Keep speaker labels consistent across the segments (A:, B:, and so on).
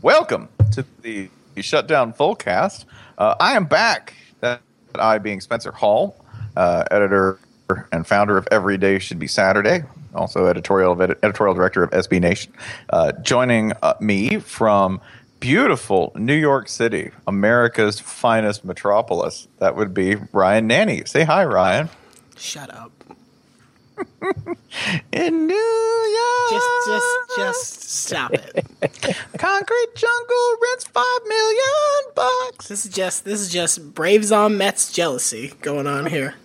A: Welcome to the Shutdown Fullcast. Uh, I am back. That I being Spencer Hall, uh, editor and founder of Every Day Should Be Saturday, also editorial of editorial director of SB Nation. Uh, joining uh, me from beautiful New York City, America's finest metropolis. That would be Ryan Nanny. Say hi, Ryan.
B: Shut up.
A: In New York,
B: Just, just, just stop it.
A: concrete jungle rents five million bucks.
B: This is just, this is just Braves on Mets jealousy going on here.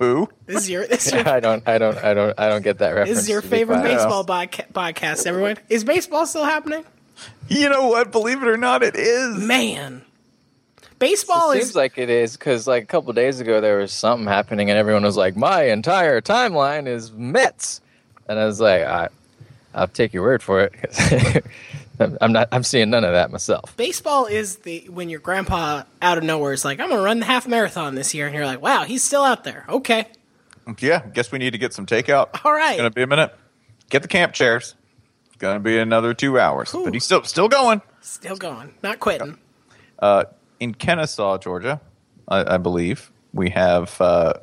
A: Who?
B: This is your, this is your,
C: I don't, I don't, I don't, I don't get that reference.
B: this is your
C: to be
B: favorite
C: quite honest.
B: baseball bodca- podcast. Everyone, is baseball still happening?
A: You know what? Believe it or not, it is.
B: Man, baseball
C: It
B: is
C: seems like it is because like a couple days ago there was something happening and everyone was like, "My entire timeline is Mets," and I was like, I, "I'll take your word for it." 'cause I'm- I'm not. I'm seeing none of that myself.
B: baseball is the when your grandpa out of nowhere is like, I'm gonna run the half marathon this year, and you're like, wow, he's still out there. Okay,
A: Yeah, guess we need to get some takeout.
B: All right.
A: It's gonna be a minute. Get the camp chairs. It's gonna be another two hours,
B: Whew.
A: but he's still still going.
B: still going, not quitting.
A: in Kennesaw, Georgia, I, I believe we have uh,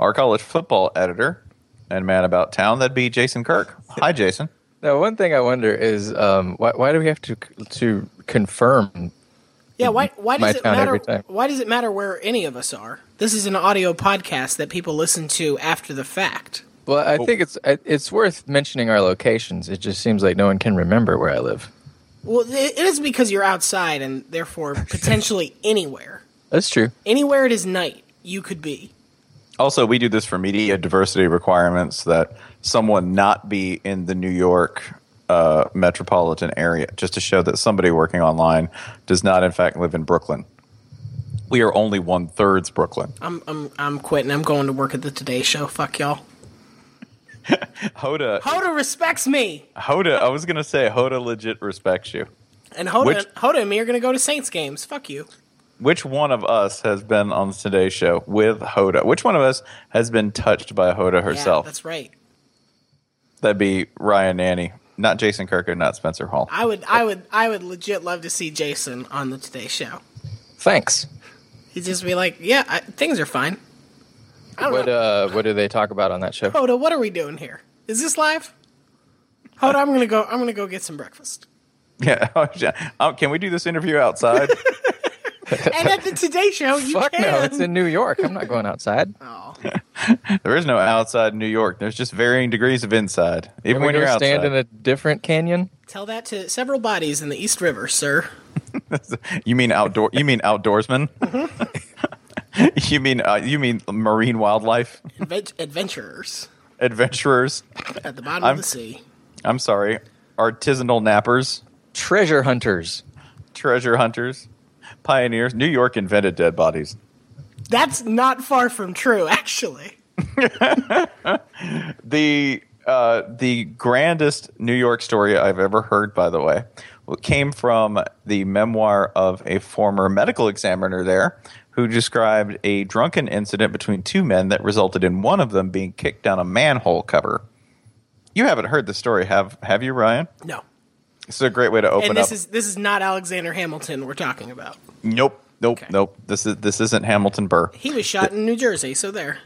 A: our college football editor and man about town. That'd be Jason Kirk. Hi, Jason.
C: Now, one thing I wonder is um, why, why do we have to to confirm?
B: Yeah, why why
C: My
B: does it
C: town
B: matter
C: every time.
B: why does it matter where any of us are? This is an audio podcast that people listen to after the fact.
C: Well, I think it's I- it's worth mentioning our locations. It just seems like no one can remember where I live.
B: Well, it it is because you're outside and therefore potentially anywhere.
C: That's true.
B: Anywhere it is night, you could be.
A: Also, we do this for media diversity requirements that someone not be in the New York uh, metropolitan area, just to show that somebody working online does not, in fact, live in Brooklyn. We are only one third's Brooklyn.
B: I'm I'm I'm quitting. I'm going to work at the Today show. Fuck y'all.
A: Hoda,
B: Hoda respects me.
A: Hoda, I was going to say Hoda legit respects you.
B: And Hoda
A: Which-
B: Hoda and me are gonna go to Saints games. Fuck you.
A: Which one of us has been on the Today Show with Hoda? Which one of us has been touched by Hoda herself?
B: Yeah, that's right.
A: That'd be Ryan Nanny, not Jason Kirk and not Spencer Hall.
B: I would I would I would legit love to see Jason on the Today show.
C: Thanks.
B: He'd just be like, Yeah, I, things are fine. I don't
C: What
B: know.
C: uh, what do they talk about on that show?
B: Hoda, what are we doing here? Is this live? Hoda, I'm gonna go. I'm gonna go get some breakfast.
A: Yeah. Oh, can we do this interview outside?
B: And at the Today Show, you
C: Fuck
B: can.
C: no, it's in New York. I'm not going outside.
B: Oh.
A: there is no outside in New York. There's just varying degrees of inside. Even
C: When
A: when
C: you
A: you're outside.
C: stand in a different canyon,
B: Tell that to several bodies in the East River, sir.
A: you mean outdoor? You mean outdoorsman? you mean uh, you mean marine wildlife
B: Advent- adventurers
A: adventurers?
B: at the bottom
A: I'm-
B: of the sea.
A: I'm sorry, artisanal nappers.
C: treasure hunters.
A: treasure hunters, pioneers. New York invented dead bodies.
B: That's not far from true, actually.
A: The uh, the grandest New York story I've ever heard, by the way, came from the memoir of a former medical examiner there who described a drunken incident between two men that resulted in one of them being kicked down a manhole cover. You haven't heard the story, have have you, Ryan?
B: No.
A: It's a great way to open
B: And this
A: up.
B: is this is not Alexander Hamilton we're talking about.
A: nope, nope,
B: Okay.
A: nope. This is this isn't Hamilton Burr.
B: He was shot in New Jersey, so there.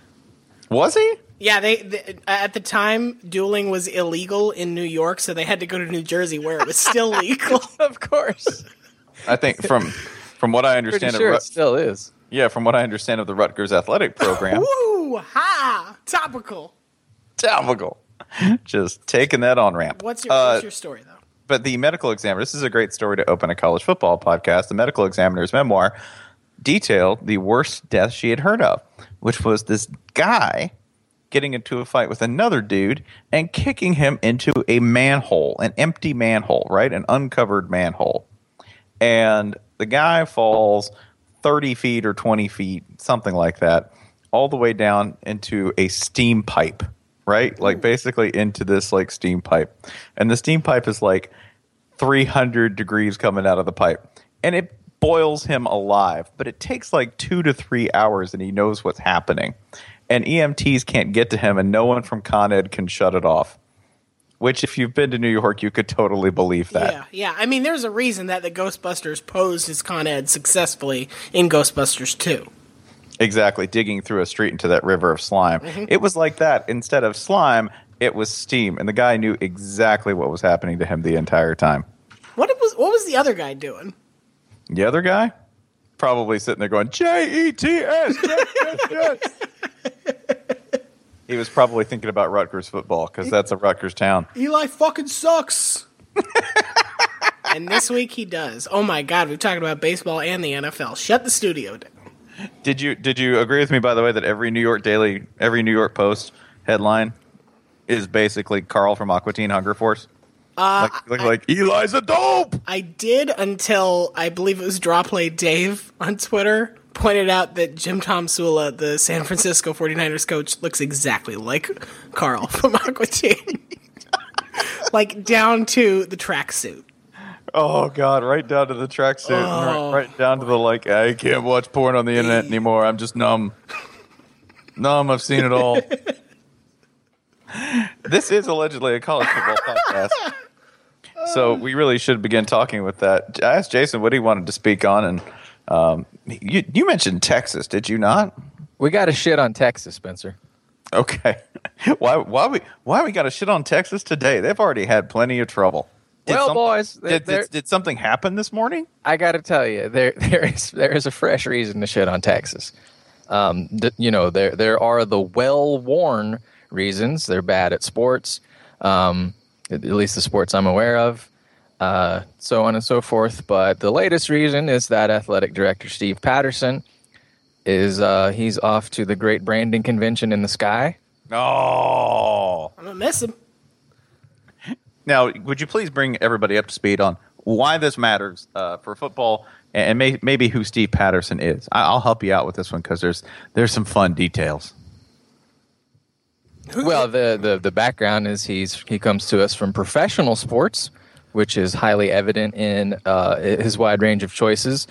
A: Was he?
B: Yeah, they, they at the time dueling was illegal in New York, so they had to go to New Jersey where it was still legal.
C: Of course.
A: I think from from what I
C: Pretty
A: understand, it
C: sure
A: ru-
C: it still is.
A: Yeah, from what I understand of the Rutgers athletic program,
B: Woo! Ha! Topical.
A: topical. Just taking that on ramp.
B: What's your,
A: Uh,
B: what's your story though?
A: but the medical examiner? This is a great story to open a college football podcast. The medical examiner's memoir detailed the worst death she had heard of, which was this guy getting into a fight with another dude and kicking him into a manhole, an empty manhole, right, an uncovered manhole, and the guy falls thirty feet or twenty feet, something like that, all the way down into a steam pipe. Right, like basically into this like steam pipe, and the steam pipe is like 300 degrees coming out of the pipe. And it boils him alive, but it takes like two to three hours and he knows what's E happening. And EMTs can't get to him and no one from Con Ed can shut it off. Which, if you've been to New York, you could totally believe that.
B: Yeah, yeah. I mean, there's a reason that the Ghostbusters posed as Con Ed successfully in Ghostbusters 2.
A: Exactly, digging through a street into that river of slime. It was like that. Instead of slime, it was steam, and the guy knew exactly what was happening to him the entire time.
B: What was what was the other guy doing?
A: The other guy, probably sitting there going J E T S. Jets, Jets, Jets." He was probably thinking about Rutgers football because that's a Rutgers town.
B: Eli fucking sucks. and this week he does. Oh my god, we've talked about baseball and the NFL. Shut the studio down.
A: Did you did you agree with me by the way that every New York Daily, every New York Post headline is basically Carl from Aqua Teen Hunger Force? Uh, like, like, like Eli's a dope.
B: I did until I believe it was Drawplay Dave on Twitter pointed out that Jim Tom Sula, the San Francisco 49ers coach, looks exactly like Carl from Aqua Teen. like down to the tracksuit.
A: Oh God! Right down to the tracksuit,
B: Oh.
A: and right, right down to the like. I can't watch porn on the internet anymore. I'm just numb. numb. I've seen it all. this is allegedly a college football podcast, so we really should begin talking with that. I asked Jason what he wanted to speak on, and um, you you mentioned Texas, did you not?
C: We got to shit on Texas, Spencer.
A: Okay. why why we why we got to shit on Texas today? They've already had plenty of trouble.
C: Well, boys, they-
A: did,
C: they're-
A: did, did something happen this morning?
C: I got to tell you, there there is there is a fresh reason to shit on Texas. Um, th- you know, there there are the well-worn reasons. They're bad at sports, um, at at least the sports I'm aware of, uh, so on and so forth. But the latest reason is that athletic director Steve Patterson is uh, he's off to the great branding convention in the sky.
A: Oh.
B: I'm gonna miss him.
A: Now, would you please bring everybody up to speed on why this matters uh, for football and may, maybe who Steve Patterson is? I, I'll help you out with this one because there's there's some fun details.
C: Well, the, the the background is he's he comes to us from professional sports, which is highly evident in uh, his wide range of choices,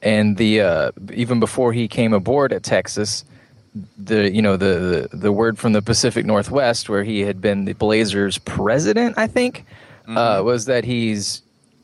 C: and the uh, even before he came aboard at Texas, the you know the, the the word from the Pacific Northwest where he had been the Blazers president, I think, uh, was that he's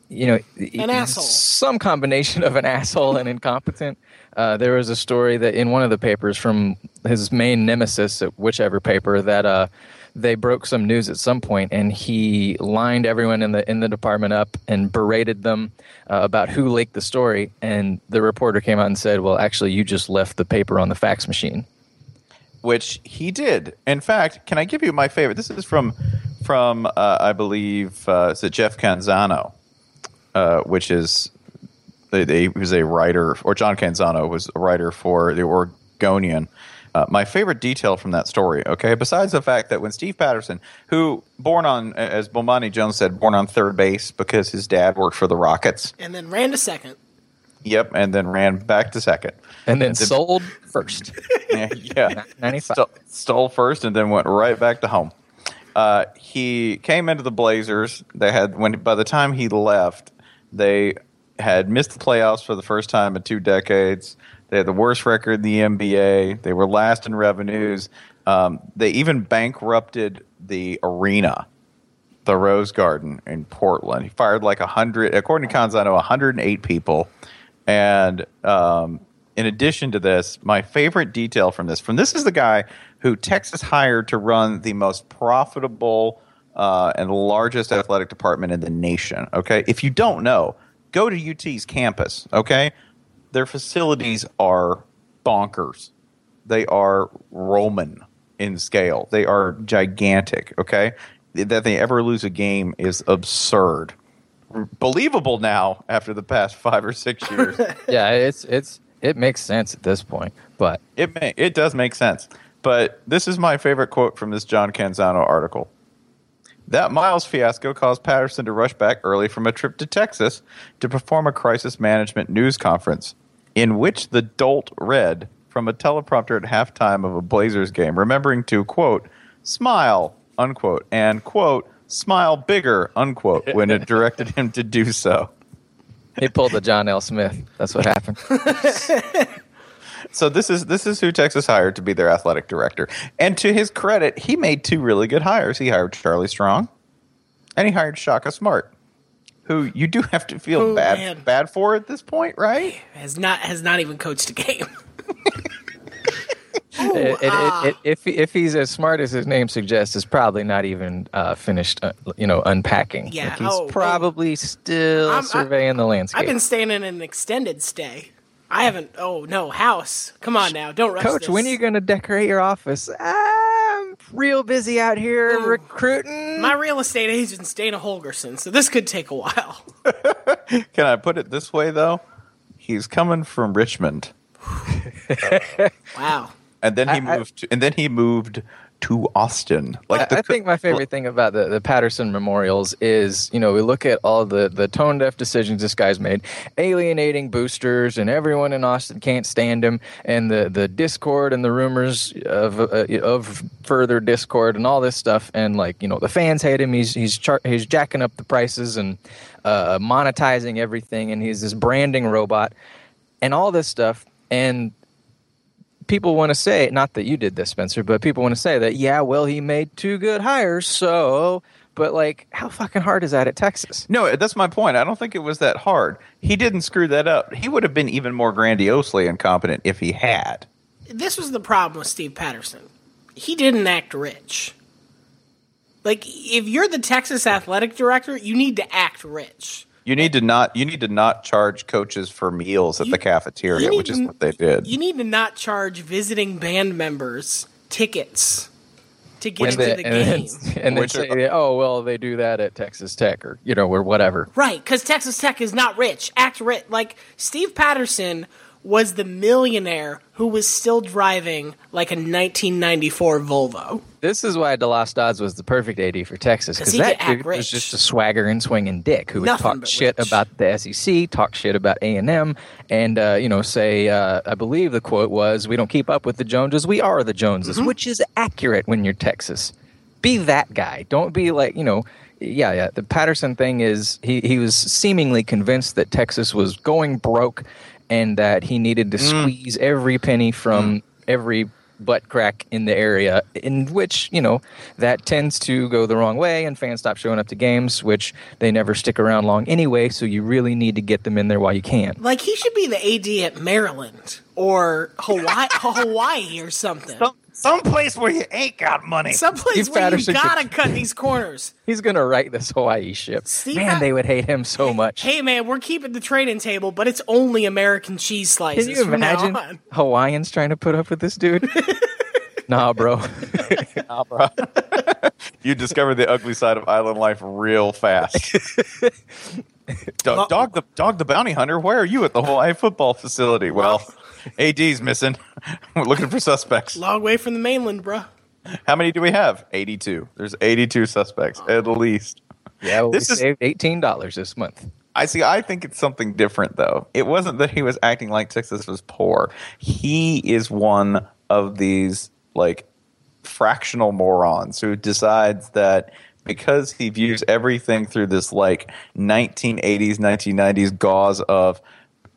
C: you know
B: An asshole.
C: some combination of an asshole and incompetent. Uh, there was a story that in one of the papers from his main nemesis at whichever paper that uh, they broke some news at some point, and he lined everyone in the in the department up and berated them uh, about who leaked the story. And the reporter came out and said, "Well, actually, you just left the paper on the fax machine."
A: which he did. In fact, can I give you my favorite? This is from from uh, I believe uh, is it Jeff Canzano, uh, which is they, they was a writer, or John Canzano was a writer for the Oregonian. Uh, my favorite detail from that story, okay, besides the fact that when Steve Patterson, who born on as Bomani Jones said, born on third base because his dad worked for the Rockets,
B: And then ran to second.
A: yep, and then ran back to second,
C: And then sold first.
A: yeah, yeah.
C: 95.
A: Stole, stole first and then went right back to home. Uh, he came into the Blazers. They had when by the time he left, they had missed the playoffs for the first time in two decades. They had the worst record in the NBA. They were last in revenues. Um, they even bankrupted the arena, the Rose Garden in Portland. He fired like hundred, according to Canzano, hundred and eight people. And um, in addition to this, my favorite detail from this, from this is the guy who Texas hired to run the most profitable uh, and largest athletic department in the nation. Okay, if you don't know, go to UT's campus. Okay, their facilities are bonkers. They are Roman in scale. They are gigantic. Okay, that they ever lose a game is absurd. Believable now after the past five or six years.
C: yeah, it's it's it makes sense at this point, but
A: It may, it does make sense. But this is my favorite quote from this John Canzano article. That Miles fiasco caused Patterson to rush back early from a trip to Texas to perform a crisis management news conference in which the dolt read from a teleprompter at halftime of a Blazers game, remembering to, quote, smile, unquote, and, quote, smile bigger, unquote, when it directed him to do so.
C: he pulled the John L. Smith. That's what happened.
A: So this is this is who Texas hired to be their athletic director. And to his credit, he made two really good hires. He hired Charlie Strong And he hired Shaka Smart, who you do have to feel
B: Oh,
A: bad
B: man.
A: bad for at this point, right?
B: Has not has not even coached a game.
C: It- it- it- it- if he- if he's as smart as his name suggests, is probably not even uh, finished. Uh, you know, unpacking.
B: Yeah,
C: Like, he's
B: oh, oh.
C: probably still
B: I'm- I-
C: surveying the landscape.
B: I've been staying in an extended stay. I haven't. Oh no, house. Come on now, don't rush.
C: Coach,
B: this.
C: when are you going to decorate your office? I'm real busy out here
B: Ooh.
C: recruiting.
B: My real estate agent's Dana Holgerson, so this could take a while.
A: Can I put it this way though? He's coming from Richmond,
B: Wow.
A: and then he
C: I- I-
A: moved, to, and then he moved to Austin.
C: I,
A: Like the
C: I
A: co-
C: think my favorite thing about the, the Patterson memorials is, you know, we look at all the, the tone deaf decisions this guy's made, alienating boosters, and everyone in Austin can't stand him, and the, the discord and the rumors of uh, of further discord and all this stuff, and like you know, the fans hate him. He's he's char- he's jacking up the prices and uh, monetizing everything, and he's this branding robot, and all this stuff, and people want to say not that you did this spencer but people want to say that yeah well he made two good hires so but like how fucking hard is that at texas
A: No, that's my point. I don't think it was that hard. He didn't screw that up. He would have been even more grandiosely incompetent if he had.
B: this was the problem with Steve Patterson. He didn't act rich. Like, if you're the Texas athletic director, you need to act rich.
A: You need to not you need to not charge coaches for meals at the
B: you
A: cafeteria,
B: need
A: which is
B: to-
A: what they did.
B: You need to not charge visiting band members tickets to get into the
C: and
B: game.
C: then, and then
A: Which are-
C: say oh well they do that at texas tech or you know or whatever
B: Right, because Texas Tech is not rich. Act rich. Like, Steve Patterson was the millionaire who was still driving like a 1994 Volvo.
C: this is why delost dodds was the perfect ad for texas
B: 'Cause
C: because
B: he
C: that
B: could act
C: dude
B: rich.
C: was just a swaggering swinging dick who would
B: Nothing
C: talk
B: but
C: shit
B: rich.
C: about the sec talk shit about a&m and uh, you know say uh, i believe the quote was we don't keep up with the joneses we are the joneses
B: Mm-hmm.
C: which is accurate when you're texas be that guy. Don't be like, you know, yeah, yeah. The Patterson thing is he, he was seemingly convinced that Texas was going broke and that he needed
B: Mm.
C: to squeeze every penny from every butt crack in the area, in which, you know, that tends to go the wrong way and fans stop showing up to games, which they never stick around long anyway. So you really need to get them in there while you can.
B: Like he should be the AD at Maryland or Hawaii, Hawaii or something.
A: Some someplace where you ain't got money.
B: Someplace
C: Steve
B: where you
C: Patterson could-
B: gotta cut these corners.
C: He's going to write this Hawaii ship.
B: Steve
C: Man,
B: Ha-
C: they would hate him so much.
B: Hey man, we're keeping the trading table, but it's only American cheese slices.
C: Can you
B: from now
C: imagine
B: on.
C: Hawaiians trying to put up with this dude? nah, bro.
A: you discover the ugly side of island life real fast. dog, dog the dog the bounty hunter. Where are you at the Hawaii football facility? Well, AD's missing. We're looking for suspects.
B: Long way from the mainland, bruh.
A: How many do we have? 82. There's 82 suspects at least.
C: Yeah, well,
A: This
C: we
A: is-
C: saved eighteen dollars this month.
A: I see. I think it's something different, though. It wasn't that he was acting like Texas was poor. He is one of these like fractional morons who decides that because he views everything through this like 1980s, 1990s gauze of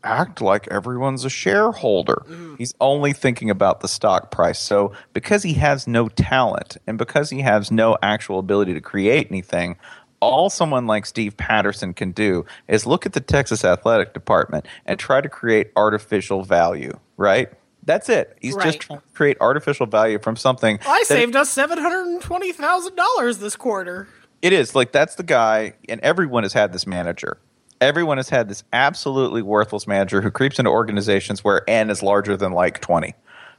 A: act like everyone's a shareholder.
B: Mm-hmm.
A: He's only thinking about the stock price. So because he has no talent and because he has no actual ability to create anything, all someone like Steve Patterson can do is look at the Texas Athletic Department and try to create artificial value, right? That's it. He's
B: Right.
A: just trying to create artificial value from something.
B: I
A: that-
B: saved us seven hundred and twenty thousand dollars this quarter.
A: It is like that's the guy, and everyone has had this manager. Everyone has had this absolutely worthless manager who creeps into organizations where N is larger than like 20,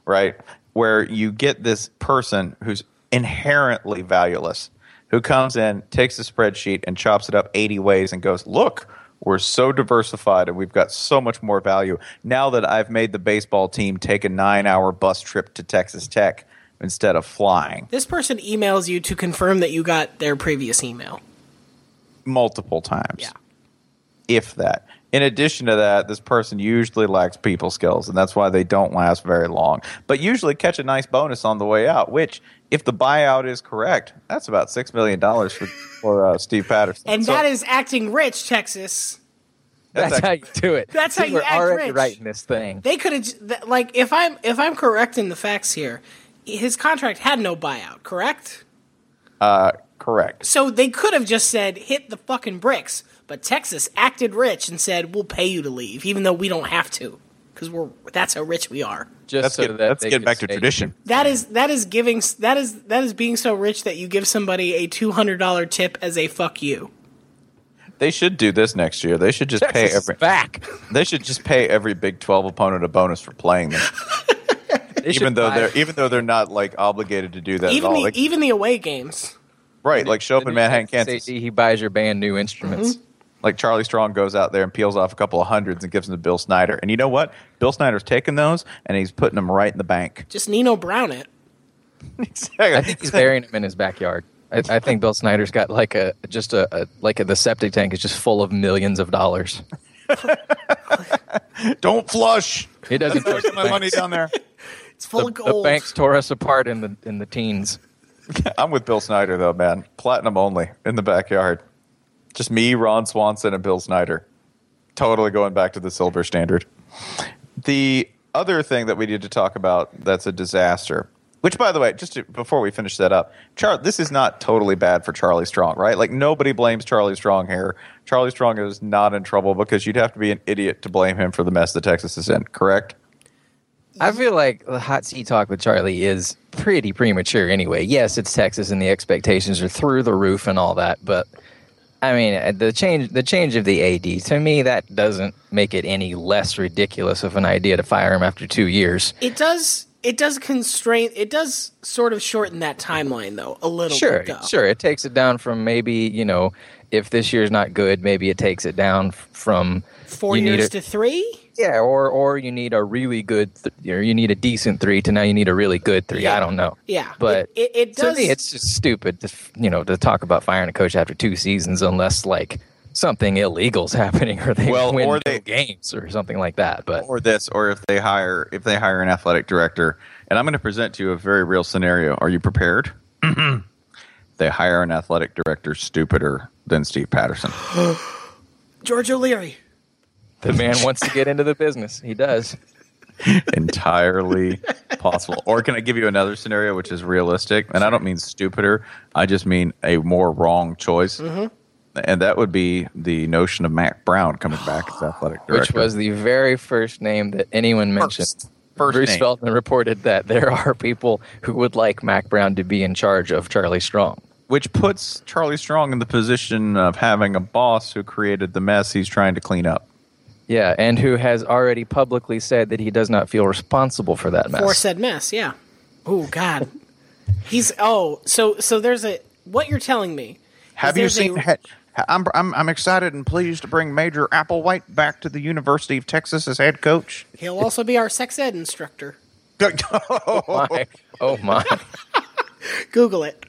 A: right? Where you get this person who's inherently valueless who comes in, takes the spreadsheet, and chops it up 80 ways and goes, Look, we're so diversified and we've got so much more value. Now that I've made the baseball team take a nine hour bus trip to Texas Tech instead of flying
B: This person emails you to confirm that you got their previous email.
A: multiple times.
B: Yeah.
A: if that. In addition to that, this person usually lacks people skills, and that's why they don't last very long. But usually catch a nice bonus on the way out, which, if the buyout is correct, that's about six million dollars for, for uh, Steve Patterson.
B: And
A: So
B: that is acting rich, Texas.
A: that's
C: That's,
A: ac-
C: how you do it.
B: That's how
C: See,
B: you
C: We're
B: act
C: already
B: rich.
C: writing this thing.
B: they could have like if I'm if I'm correct in the facts here, his contract had no buyout, correct?
A: Correct.
B: So they could have just said, hit the fucking bricks. But Texas acted rich and said, we'll pay you to leave, even though we don't have to. Because we're that's how rich we are.
C: Just
A: Let's
C: so
A: get,
C: that
A: let's
C: they
A: get
C: could
A: back to
C: say-
A: tradition.
B: That is that is giving that is that is being so rich that you give somebody a two hundred dollar tip as a fuck you.
A: They should do this next year. They should just
C: Texas
A: pay
C: is
A: every.
C: back.
A: They should just pay every Big Twelve opponent a bonus for playing them,
C: They
A: even
C: should
A: though
C: buy-
A: they're even though they're not like obligated to do that
B: Even
A: at all.
B: the
A: Like,
B: even the away games.
A: right, like show up in
C: New
A: Manhattan,
C: Texas
A: Kansas.
C: AD, he buys your band new instruments.
A: Like Charlie Strong goes out there and peels off a couple of hundreds and gives them to Bill Snyder. And you know what? Bill Snyder's taking those and he's putting them right in the bank.
B: Just Nino Brown it.
A: Exactly.
C: I think he's burying him in his backyard. I, I think Bill Snyder's got like a just a, a like a, the septic tank is just full of millions of dollars.
A: Don't flush.
C: He doesn't trust the
A: Get my money
C: banks.
A: down there.
B: It's full of
C: The-
B: gold.
C: The banks tore us apart in the in the teens.
A: I'm with Bill Snyder though, man. Platinum only in the backyard. Just me, Ron Swanson, and Bill Snyder. Totally going back to the silver standard. The other thing that we need to talk about that's a disaster. Which, by the way, just to, before we finish that up, Char- this is not totally bad for Charlie Strong, right? Like nobody blames Charlie Strong here. Charlie Strong is not in trouble because you'd have to be an idiot to blame him for the mess that Texas is in. Correct?
C: I feel like the hot seat talk with Charlie is pretty premature anyway. Yes, it's Texas and the expectations are through the roof and all that, but I mean, uh, the change the change of the AD to me that doesn't make it any less ridiculous of an idea to fire him after 2 years.
B: It does it does constrain it does sort of shorten that timeline though a little
C: Sure,
B: bit though.
C: sure. It takes it down from maybe, you know, if this year's not good, maybe it takes it down f- from
B: Four
C: you need
B: years
C: a-
B: to three?
C: Yeah, or or you need a really good, th- or you need a decent three to now you need a really good three.
B: Yeah.
C: I don't know.
B: Yeah.
C: but
B: It- it- it does-
C: To me, it's just stupid to f- you know to talk about firing a coach after two seasons unless like something illegal's happening or they
A: Well,
C: win
A: or
C: no
A: they-
C: games or something like that. But
A: or this or if they hire if they hire an athletic director and i'm going to present to you a very real scenario are you prepared
C: Mm-hmm.
A: they hire an athletic director stupider than steve patterson
B: George O'Leary.
C: the man wants to get into the business. He does.
A: entirely possible or can i give you another scenario which is realistic and i don't mean stupider i just mean a more wrong choice
C: Mm-hmm.
A: and that would be the notion of mac brown coming back as athletic director
C: Which was the very first name that anyone mentioned.
A: First. First
C: Bruce
A: name.
C: Feldman reported that there are people who would like Mac Brown to be in charge of Charlie Strong.
A: which puts charlie strong in the position of having a boss who created the mess he's trying to clean up
C: Yeah, and who has already publicly said that he does not feel responsible for that mess.
B: Four said mess, yeah. Oh God. He's oh, so so there's a what you're telling me. is
A: Have you
B: there's a-
A: seen? ha- I'm, I'm I'm excited and pleased to bring Major Applewhite back to the University of Texas as head coach.
B: He'll also be our sex ed instructor.
C: my, oh my!
B: Google it.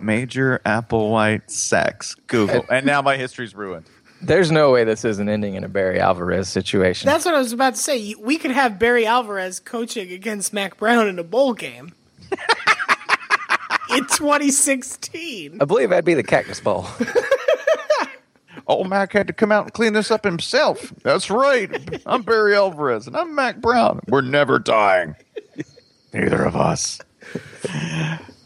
A: Major Applewhite sex Google, and now my history's ruined.
C: There's no way this isn't ending in a Barry Alvarez situation.
B: That's what I was about to say. You- We could have Barry Alvarez coaching against Mac Brown in a bowl game in 2016.
C: I believe that'd be the Cactus Bowl.
A: Old Mac had to come out and clean this up himself. That's right. I'm Barry Alvarez, and I'm Mac Brown. We're never dying. Neither of us.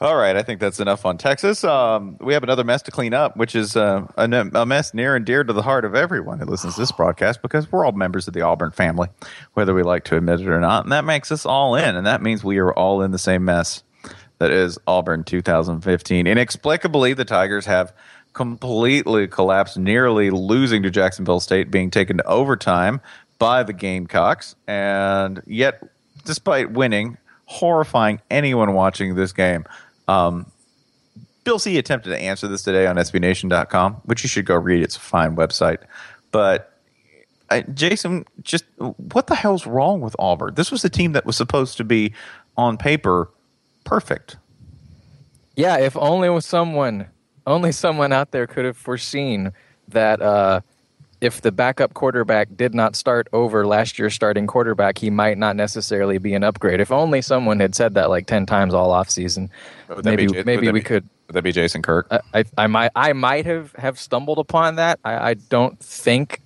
A: All right, I think that's enough on Texas. Um, we have another mess to clean up, which is uh, a, ne- a mess near and dear to the heart of everyone who listens to this broadcast because we're all members of the Auburn family, whether we like to admit it or not. And that makes us all in, and that means we are all in the same mess that is Auburn 2015. Inexplicably, the Tigers have completely collapsed, nearly losing to Jacksonville State, being taken to overtime by the Gamecocks. And yet, despite winning, horrifying anyone watching this game. Um, Bill C attempted to answer this today on SBNation.com, which you should go read. It's a fine website. But I, Jason, just what the hell's wrong with Auburn? This was a team that was supposed to be, on paper, perfect.
C: yeah, if only was someone, only someone out there could have foreseen that uh, if the backup quarterback did not start over last year's starting quarterback, he might not necessarily be an upgrade. If only someone had said that like ten times all offseason, maybe maybe Oh, we could Uh,
A: Would that be Jason Kirk?
C: I, I might I might have, have stumbled upon that. I, I don't think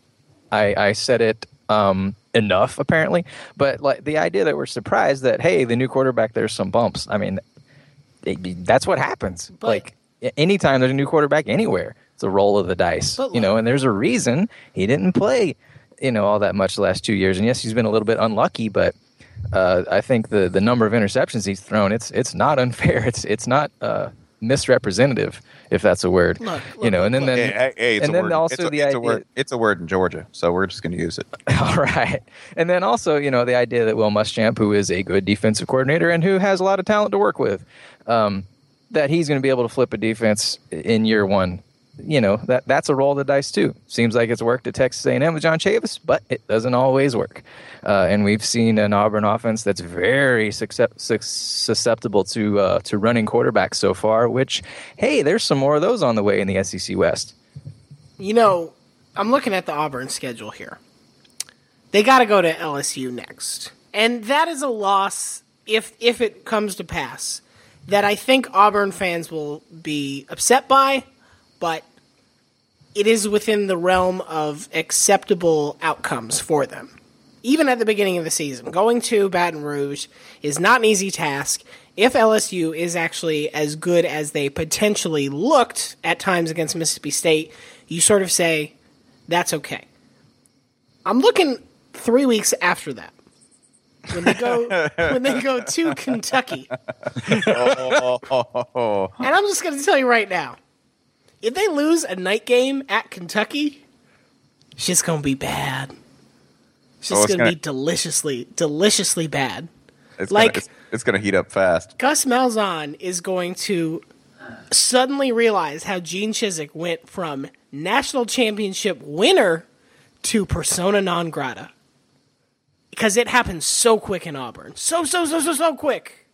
C: I, I said it um, enough apparently, but like the idea that we're surprised that hey the new quarterback there's some bumps. I mean, it- that's what happens.
B: But-
C: like a- anytime there's a new quarterback anywhere, it's a roll of the dice.
B: But
C: you know, and there's a reason he didn't play, you know, all that much the last two years. And yes, he's been a little bit unlucky, but uh, I think the the number of interceptions he's thrown, it's it's not unfair. It's it's not uh, misrepresentative, if that's a word.
B: Look,
C: you know,
B: look,
C: and then
B: look.
C: then
A: Hey, hey, hey, it's
C: and
A: a
C: then
A: word.
C: also
A: it's a,
C: the
A: it's a
C: idea.
A: word. It's a word in Georgia, so we're just going to use it.
C: All right. And then also, you know, the idea that Will Muschamp, who is a good defensive coordinator and who has a lot of talent to work with, um, that he's going to be able to flip a defense in year one. You know, that that's a roll of the dice too. Seems like it's worked at Texas A&M with John Chavis, but it doesn't always work. Uh, and we've seen an Auburn offense that's very succep- sus- susceptible to uh, to running quarterbacks so far. Which, hey, there's some more of those on the way in the SEC West.
B: You know, I'm looking at the Auburn schedule here. They got to go to LSU next. And that is a loss if if it comes to pass that I think Auburn fans will be upset by, but it is within the realm of acceptable outcomes for them. Even at the beginning of the season, going to Baton Rouge is not an easy task. If LSU is actually as good as they potentially looked at times against Mississippi State, you sort of say, that's okay. I'm looking three weeks after that. When they go when they go to Kentucky.
A: Oh.
B: And I'm just going to tell you right now if they lose a night game at Kentucky, shit's going to be bad. Shit's
A: Oh, it's
B: going to
A: gonna-
B: be deliciously, deliciously bad.
A: It's
B: Like-
A: gonna, it's, it's going to heat up fast.
B: Gus Malzahn is going to suddenly realize how Gene Chiswick went from national championship winner to persona non grata. Because it happened so quick in Auburn. So, so, so, so, so quick.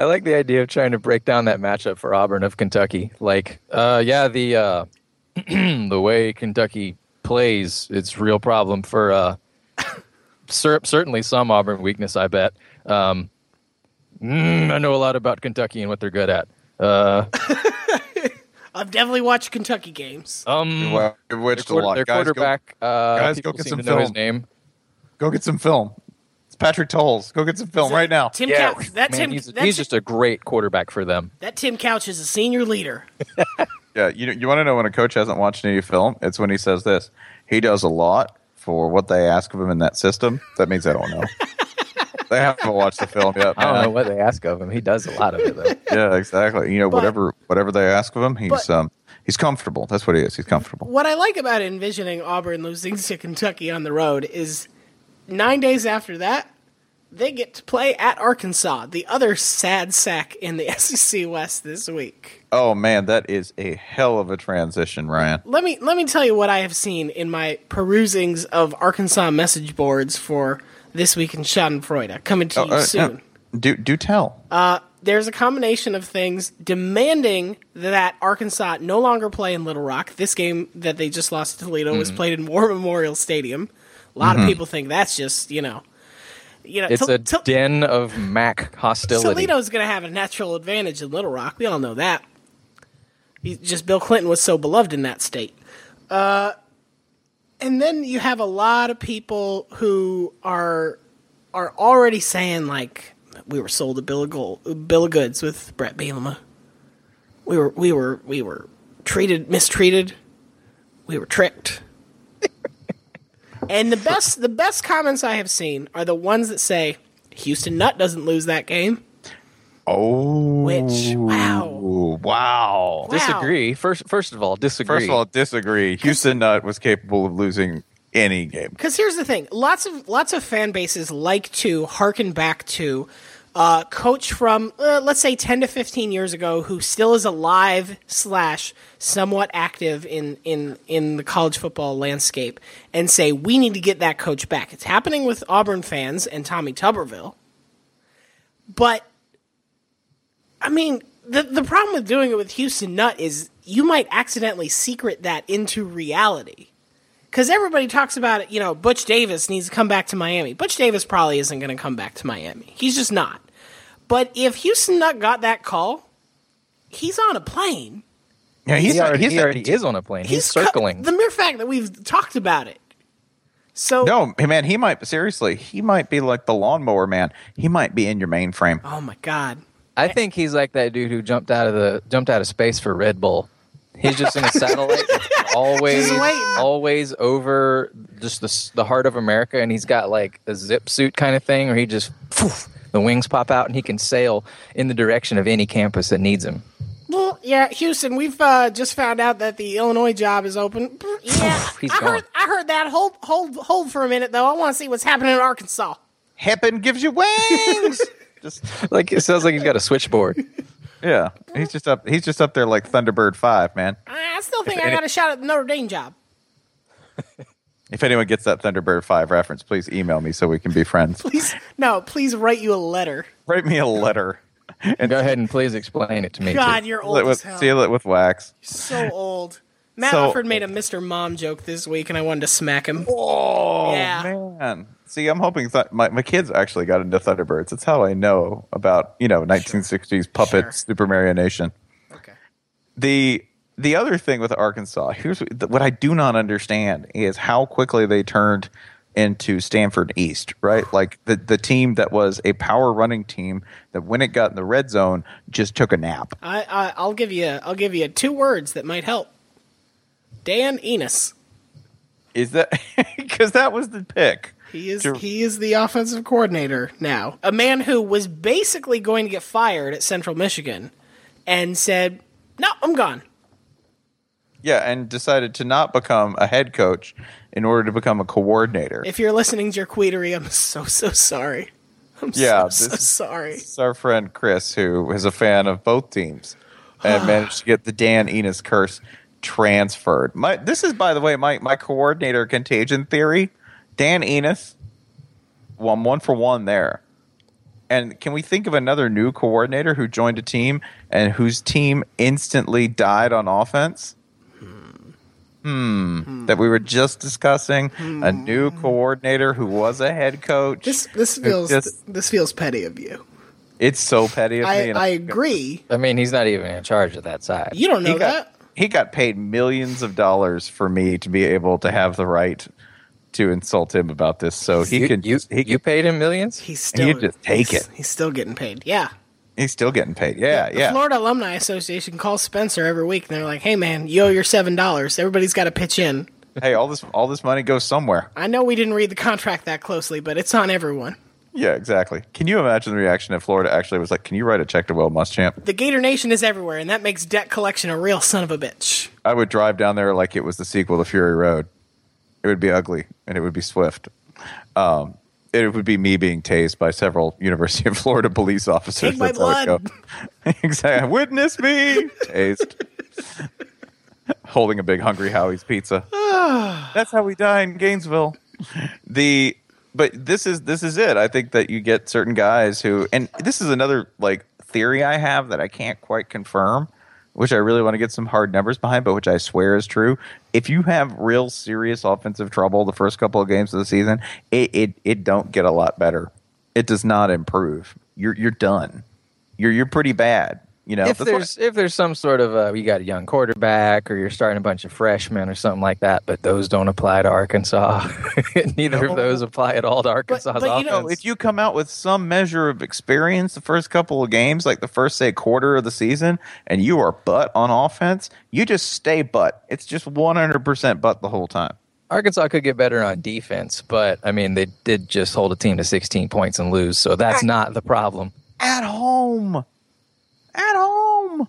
C: I like the idea of trying to break down that matchup for Auburn of Kentucky. Like, uh, yeah, the uh, the way Kentucky plays, it's a real problem for uh, cer- certainly some Auburn weakness. I bet. Um, mm, I know a lot about Kentucky and what they're good at. Uh,
B: I've definitely watched Kentucky games.
A: Oh,
C: um,
A: Well, you've
C: their,
A: watched a
C: quar-
A: lot.
C: their
A: Guys, go-
C: quarterback. uh,
A: guys, go
C: people
A: get
C: seem
A: some
C: to know his
A: film.
C: name.
A: Go get some film. It's Patrick Tolles. Go get some film right now.
B: Tim Couch. That,
C: man,
B: Tim,
C: he's,
B: that,
C: he's
B: Tim,
C: just a great quarterback for them.
B: that Tim Couch is a senior leader.
A: Yeah, you you want to know when a coach hasn't watched any film? It's when he says this. He does a lot for what they ask of him in that system. That means I don't know. they haven't watched the film yet.
C: I don't
A: man.
C: know what they ask of him. He does a lot of it though.
A: Yeah, exactly. You know,
B: But-
A: whatever whatever they ask of him, he's
B: but-
A: um he's comfortable. That's what he is. He's comfortable.
B: What I like about envisioning Auburn losing to Kentucky on the road is nine days after that, they get to play at Arkansas, the other sad sack in the SEC West this week.
A: Oh man, that is a hell of a transition, Ryan.
B: Let me let me tell you what I have seen in my perusings of Arkansas message boards for this week in Schadenfreude, coming to you
A: Uh,
B: soon. Uh,
A: no, do do tell.
B: there's a combination of things demanding that Arkansas no longer play in Little Rock. This game that they just lost to Toledo was
C: Mm-hmm.
B: played in War Memorial Stadium. A lot of people think that's just you know, you know,
C: It's
B: Tol-
C: a
B: Tol-
C: den of Mac hostility.
B: Toledo's going to have a natural advantage in Little Rock. We all know that. He's just Bill Clinton was so beloved in that state. Uh, and then you have a lot of people who are are already saying like we were sold a bill of, gold, bill of goods with Brett Bielema. We were we were we were treated mistreated. We were tricked. And the best the best comments I have seen are the ones that say Houston Nutt doesn't lose that game.
A: Oh,
B: Which- wow.
A: wow.
B: Wow.
C: Disagree. First, first of all, disagree.
A: First of all, disagree. Houston Nutt was capable of losing any game.
B: Because here's the thing: lots of lots of fan bases like to harken back to uh, coach from uh, let's say ten to fifteen years ago who still is alive slash somewhat active in in in the college football landscape, and say we need to get that coach back. It's happening with Auburn fans and Tommy Tuberville, but I mean. The, the problem with doing it with Houston Nutt is you might accidentally secret that into reality because everybody talks about it. You know, Butch Davis needs to come back to Miami. Butch Davis probably isn't going to come back to Miami. He's just not. But if Houston Nutt got that call, he's on a plane.
A: Yeah, he's
C: he
A: not-
C: already,
A: he's
C: he
A: not-
C: already is on a plane. He's,
B: co-
C: circling.
B: the mere fact that we've talked about it. So
A: No, man, he might seriously. He might be like the lawnmower man. He might be in your mainframe.
B: oh my god,
C: I think he's like that dude who jumped out of the jumped out of space for Red Bull. He's just in a satellite, that's always
B: Just waiting.
C: always over just the s- the heart of America, and he's got like a zip suit kind of thing, where he just poof, the wings pop out and he can sail in the direction of any campus that needs him.
B: Well, yeah, Houston, we've uh, just found out that the Illinois job is open. Yeah,
C: He's
B: I
C: gone.
B: heard. I heard that. Hold, hold, hold for a minute, though. I want to see what's happening in Arkansas.
A: Happen gives you wings. just
C: Like it sounds like he's got a switchboard.
A: yeah, he's just up. He's just up there like Thunderbird Five, man.
B: I still think I
A: any-
B: got a shot at the Notre Dame job.
A: If anyone gets that Thunderbird Five reference, please email me so we can be friends.
B: Please, no, please write you a letter.
A: Write me a letter. And
C: Go ahead and please explain it to me. too.
B: God, you're
A: seal
B: old
A: it
B: as
A: with,
B: hell.
A: seal it with wax.
B: So old. Matt
A: So-
B: Offord made a Mr. Mom joke this week, and I wanted to smack him.
A: Oh
B: Yeah.
A: man! See, I'm hoping th- my my kids actually got into Thunderbirds. That's how I know about you know 1960s puppet
B: Sure.
A: Super Mario Nation.
B: Okay.
A: the the other thing with Arkansas, here's what what I do not understand is how quickly they turned into Stanford East, right? Like the the team that was a power running team that when it got in the red zone just took a nap.
B: I, I I'll give you I'll give you two words that might help. Dan Enos.
A: Is that because that was the pick?
B: He is
A: Sure.
B: he is the offensive coordinator now. A man who was basically going to get fired at Central Michigan and said, "No, I'm gone."
A: Yeah, and decided to not become a head coach in order to become a coordinator.
B: If you're listening to your queetery, I'm so so sorry. I'm
A: Yeah,
B: so, so
A: this is-
B: sorry.
A: It's our friend Chris, who is a fan of both teams, and managed to get the Dan Enos curse transferred. My, this is, by the way, my, my coordinator contagion theory. Dan Enos, well, I'm one for one there. And can we think of another new coordinator who joined a team and whose team instantly died on offense? Hmm. That we were just discussing a new coordinator who was a head coach.
B: Hmm. This this
A: who
B: feels
A: just-
B: this feels petty of you.
A: it's so petty of me.
B: I,
A: and
B: I agree.
C: I mean, he's not even in charge of that side.
B: You don't know
A: he
B: that.
A: got he got paid millions of dollars for me to be able to have the right to insult him about this. So he
C: you,
A: can
C: you,
A: he
C: you
A: can,
C: paid him millions.
B: He's still
A: just take
B: he's-
A: it.
B: He's still getting paid. Yeah.
A: he's still getting paid. Yeah,
B: The
A: yeah.
B: Florida Alumni Association calls Spencer every week and they're like, "Hey man, you owe your $7. Everybody's got to pitch in."
A: Hey, all this all this money goes somewhere.
B: I know we didn't read the contract that closely, but it's on everyone.
A: Yeah, exactly. Can you imagine the reaction if Florida actually was like, "Can you write a check to Will Muschamp?"
B: The Gator Nation is everywhere, and that makes debt collection a real son of a bitch.
A: I would drive down there like it was the sequel to Fury Road. It would be ugly and it would be swift. Um, it would be me being tased by several University of Florida police officers.
B: Take my
A: That's how it
B: blood.
A: go. exactly. Witness me tased. Holding a big Hungry Howie's pizza. That's how we die in Gainesville. The but this is this is it. I think that you get certain guys who and this is another like theory I have that I can't quite confirm, which I really want to get some hard numbers behind, but which I swear is true. If you have real serious offensive trouble the first couple of games of the season, it it, it don't get a lot better. It does not improve. You're you're done. You're you're pretty bad. You know,
C: if
A: That's why-
C: there's if there's some sort of uh you got a young quarterback or you're starting a bunch of freshmen or something like that, but those don't apply to Arkansas. Neither of those apply at all to Arkansas's
B: but you
C: offense.
B: know,
A: if you come out with some measure of experience the first couple of games, like the first say quarter of the season, and you are butt on offense, you just stay butt. It's just one hundred percent butt the whole time.
C: Arkansas could get better on defense, but I mean they did just hold a team to 16 points and lose, so that's not the problem.
A: At home. At home.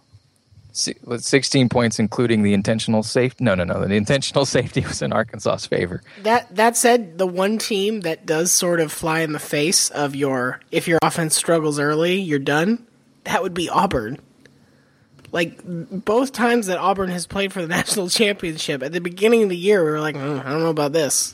C: Si- with 16 points, including the intentional safety. No, no, no. The intentional safety was in Arkansas's favor.
B: That that said, the one team that does sort of fly in the face of your if your offense struggles early, you're done. That would be Auburn. Like both times that Auburn has played for the national championship at the beginning of the year, we were like, "Mm, I don't know about this.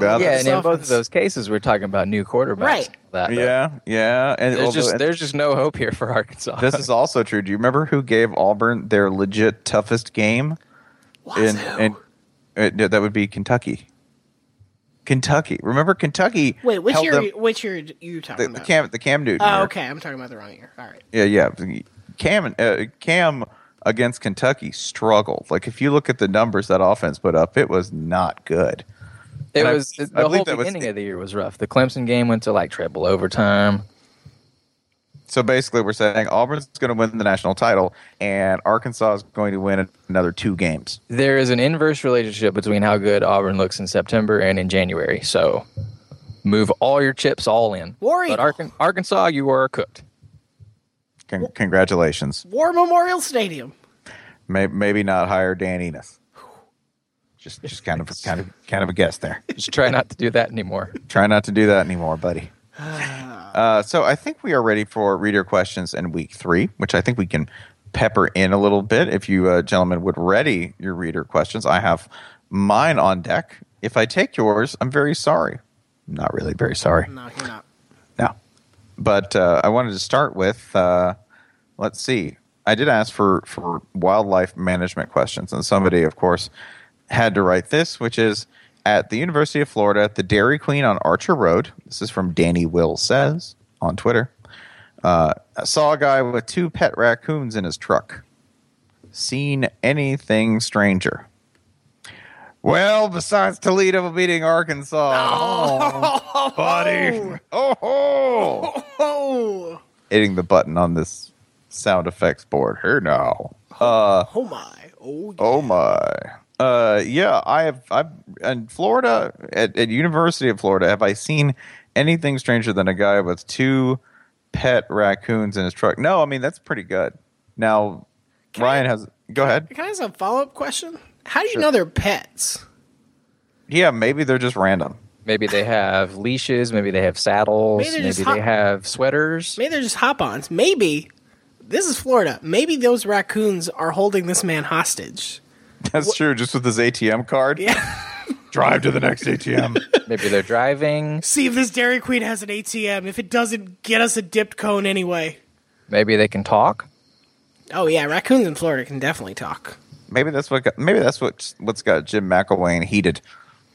C: Yeah, and in both of
B: offense.
C: those cases, we're talking about new quarterbacks.
B: Right.
C: That, uh,
A: yeah, yeah. And
C: There's
A: although-
C: just
A: and
C: there's just no hope here for Arkansas.
A: this is also true. Do you remember who gave Auburn their legit toughest game? in,
B: Wazoo.
A: in uh, no, that would be Kentucky. Kentucky. Remember Kentucky?
B: Wait, which
A: held
B: year?
A: them-
B: which year are you talking
A: the, the
B: about?
A: Cam the Cam Newton.
B: oh,
A: year.
B: okay. I'm talking about the wrong year. All right.
A: Yeah, yeah. Cam uh, Cam against Kentucky struggled. Like if you look at the numbers that offense put up, it was not good.
C: It
A: And I-
C: was
A: I
C: the
A: believe
C: whole
A: that was
C: beginning
A: the-
C: of the year was rough. The Clemson game went to like triple overtime.
A: So basically, we're saying Auburn's going to win the national title, and Arkansas is going to win another two games.
C: There is an inverse relationship between how good Auburn looks in September and in January. So move all your chips all in.
B: War
C: But
B: Eagle.
C: Arkan- Arkansas, you are cooked.
A: Con- congratulations.
B: War Memorial Stadium.
A: May- maybe not hire Dan Enos. Just, just kind of, kind of, kind of a guess there.
C: Just try not to do that anymore.
A: Try not to do that anymore, buddy. Uh, so I think we are ready for reader questions in week three, which I think we can pepper in a little bit. If you uh, gentlemen would ready your reader questions, I have mine on deck. If I take yours, I'm very sorry. Not really very sorry.
B: No, you're not.
A: No. But uh, I wanted to start with uh, let's see. I did ask for, for wildlife management questions, and somebody, of course, had to write this, which is at the University of Florida, at the Dairy Queen on Archer Road. This is from Danny Will Says on Twitter. Uh, I saw a guy with two pet raccoons in his truck. Seen anything stranger? Well, besides Toledo beating Arkansas, oh, buddy. Oh, ho
B: Oh,
A: hitting the button on this sound effects board. Here now.
B: oh my. Oh,
A: Oh my. Uh, yeah, I have. I've in Florida at, at University of Florida. Have I seen anything stranger than a guy with two pet raccoons in his truck? No, I mean that's pretty good. Now,
B: I-
A: Ryan has. Go ahead.
B: can I ask a follow up question? How do you know they're pets?
A: Yeah, maybe they're just random.
C: Maybe they have leashes. Maybe they have saddles.
B: Maybe
C: Maybe,
B: they're just hot-
C: they have sweaters.
B: Maybe they're just hop ons. Maybe this is Florida. Maybe those raccoons are holding this man hostage.
A: That's true. Just with his ATM card.
B: Yeah.
A: Drive to the next ATM.
C: Maybe they're driving.
B: See if this Dairy Queen has an ATM. If it doesn't, get us a dipped cone anyway.
C: Maybe they can talk.
B: Oh yeah, raccoons in Florida can definitely talk.
A: Maybe that's what. Got, maybe that's what. What's got Jim McElwain heated?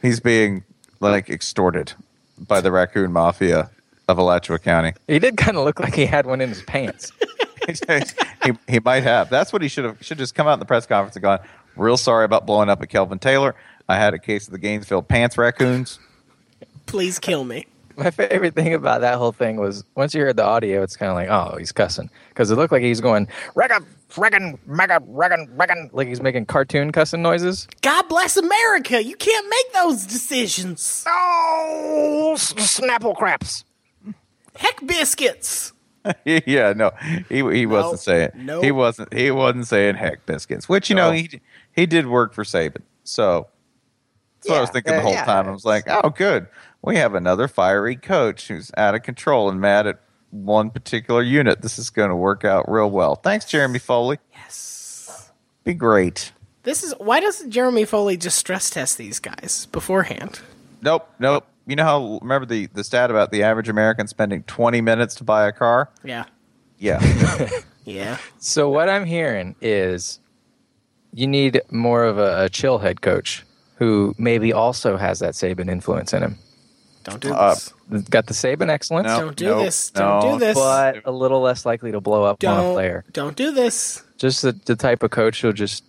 A: He's being like extorted by the raccoon mafia of Alachua County.
C: He did kind of look like he had one in his pants.
A: he, he might have. That's what he should have. Should just come out in the press conference and gone. Real sorry about blowing up at Kelvin Taylor. I had a case of the Gainesville pants raccoons.
B: Please kill me.
C: My favorite thing about that whole thing was once you heard the audio, it's kind of like, oh, he's cussing because it looked like he's going reckon, reckon, reckon, reckon, reckon, like he's making cartoon cussing noises.
B: God bless America. You can't make those decisions.
C: Oh, s- snapple craps.
B: Heck biscuits.
A: yeah, no, he he wasn't saying.
B: no.
A: He wasn't. He wasn't saying heck biscuits. Which you know
C: No.
A: he he did work for Saban. So that's what I was
C: Yeah,
A: thinking the
C: uh,
A: whole
C: yeah.
A: time. I was like, oh, good. We have another fiery coach who's out of control and mad at one particular unit. This is going to work out real well. Thanks, Jeremy Foley.
B: Yes.
A: Be great.
B: This is why doesn't Jeremy Foley just stress test these guys beforehand?
A: Nope, nope. You know how remember the the stat about the average American spending twenty minutes to buy a car?
B: Yeah.
A: Yeah,
B: Yeah.
C: So what I'm hearing is you need more of a, a chill head coach who maybe also has that Saban influence in him.
B: Don't do
A: Uh,
B: this.
C: Got the Saban excellence,
A: No,
B: Don't do
A: nope,
B: this. Don't
A: no,
B: do this.
C: but a little less likely to blow up on a player.
B: Don't don't do this.
C: Just the, the type of coach who just,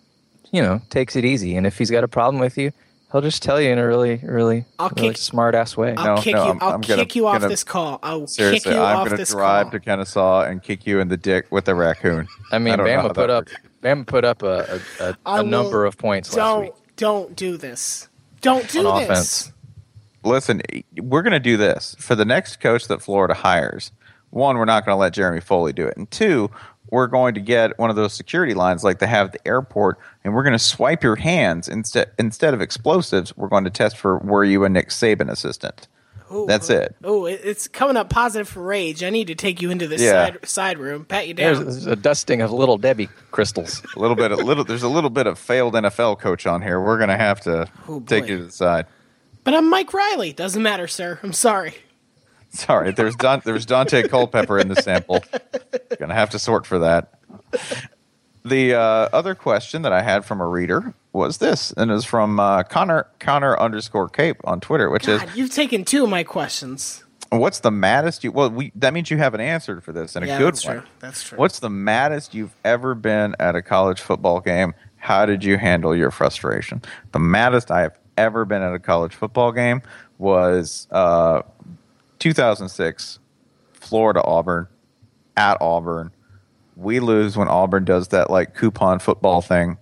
C: you know, takes it easy. And if he's got a problem with you, he'll just tell you in a really, really,
B: I'll
C: really
B: kick-
C: smart ass way.
B: I'll
A: No,
B: kick
A: no,
B: you.
A: I'm-
B: i will
A: I'm
B: kick
A: gonna-
B: you off
A: gonna-
B: this call. I will kick
A: seriously,
B: you
A: I'm
B: off
A: going to
B: this
A: drive
B: call.
A: to Kennesaw and kick you in the dick with a raccoon.
C: I mean,
A: don't know how
C: Bama
A: that
C: put up,
A: works.
C: Bama put up a, a, a,
B: I
C: a
B: will-
C: number of points last
B: Don't
C: week
B: don't do this. Don't do
C: on
B: this.
C: offense.
A: Listen, we're going to do this for the next coach that Florida hires. One, we're not going to let Jeremy Foley do it, and two, we're going to get one of those security lines like they have at the airport, and we're going to swipe your hands instead instead of explosives. We're going to test for were you a Nick Saban assistant? That's it.
B: Oh, it, it's coming up positive for rage. I need to take you into this
A: Yeah.
B: side, side room, pat you
C: There's,
B: down.
C: there's a dusting of little Debbie crystals.
A: a little bit, a little. There's a little bit of failed NFL coach on here. We're gonna have to
B: Oh,
A: take
B: boy.
A: you to the side.
B: but I'm Mike Riley. Doesn't matter, sir. I'm sorry.
A: Sorry, there's Don, there's Dante Culpepper in the sample. Gonna have to sort for that. The uh, other question that I had from a reader was this, and is from uh, Connor Connor underscore Cape on Twitter, which is,
B: God, you've taken two of my questions.
A: "What's the maddest you?" Well, we, that means you haven't answered for this, and
B: Yeah,
A: a good
B: that's
A: one.
B: true. That's true.
A: What's the maddest you've ever been at a college football game? How did you handle your frustration? The maddest I have ever been at a college football game was uh, 2006, Florida Auburn at Auburn. We lose when Auburn does that like coupon football thing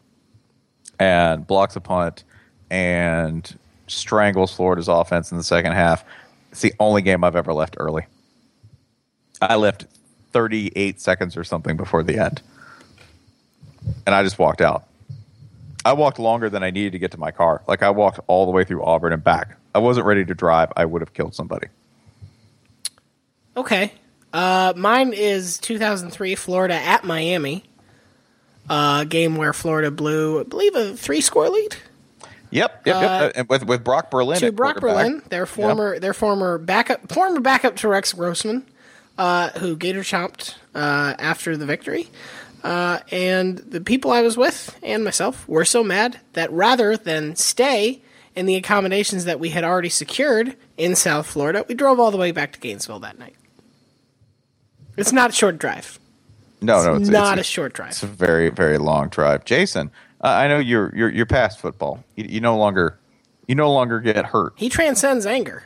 A: and blocks a punt and strangles Florida's offense in the second half. It's the only game I've ever left early. I left 38 seconds or something before the end. And I just walked out. I walked longer than I needed to get to my car. Like I walked all the way through Auburn and back. I wasn't ready to drive. I would have killed somebody.
B: Okay. Uh, mine is 2003 Florida at Miami. Uh, game where Florida blew, I believe, a three score lead
A: Yep, yep, yep. And with with Brock Berlin,
B: Uh, to
A: at
B: Brock
A: quarterback.
B: Berlin, their former their former backup former backup to Rex Grossman, uh, who Gator chomped uh, after the victory. Uh, and the people I was with and myself were so mad that rather than stay in the accommodations that we had already secured in South Florida, we drove all the way back to Gainesville that night. It's not a short drive.
A: No, no, it's
B: not
A: it's,
B: a short drive.
A: It's a very, very long drive. Jason, uh, I know you're you're you're past football. You, you no longer you no longer get hurt,
B: he transcends anger.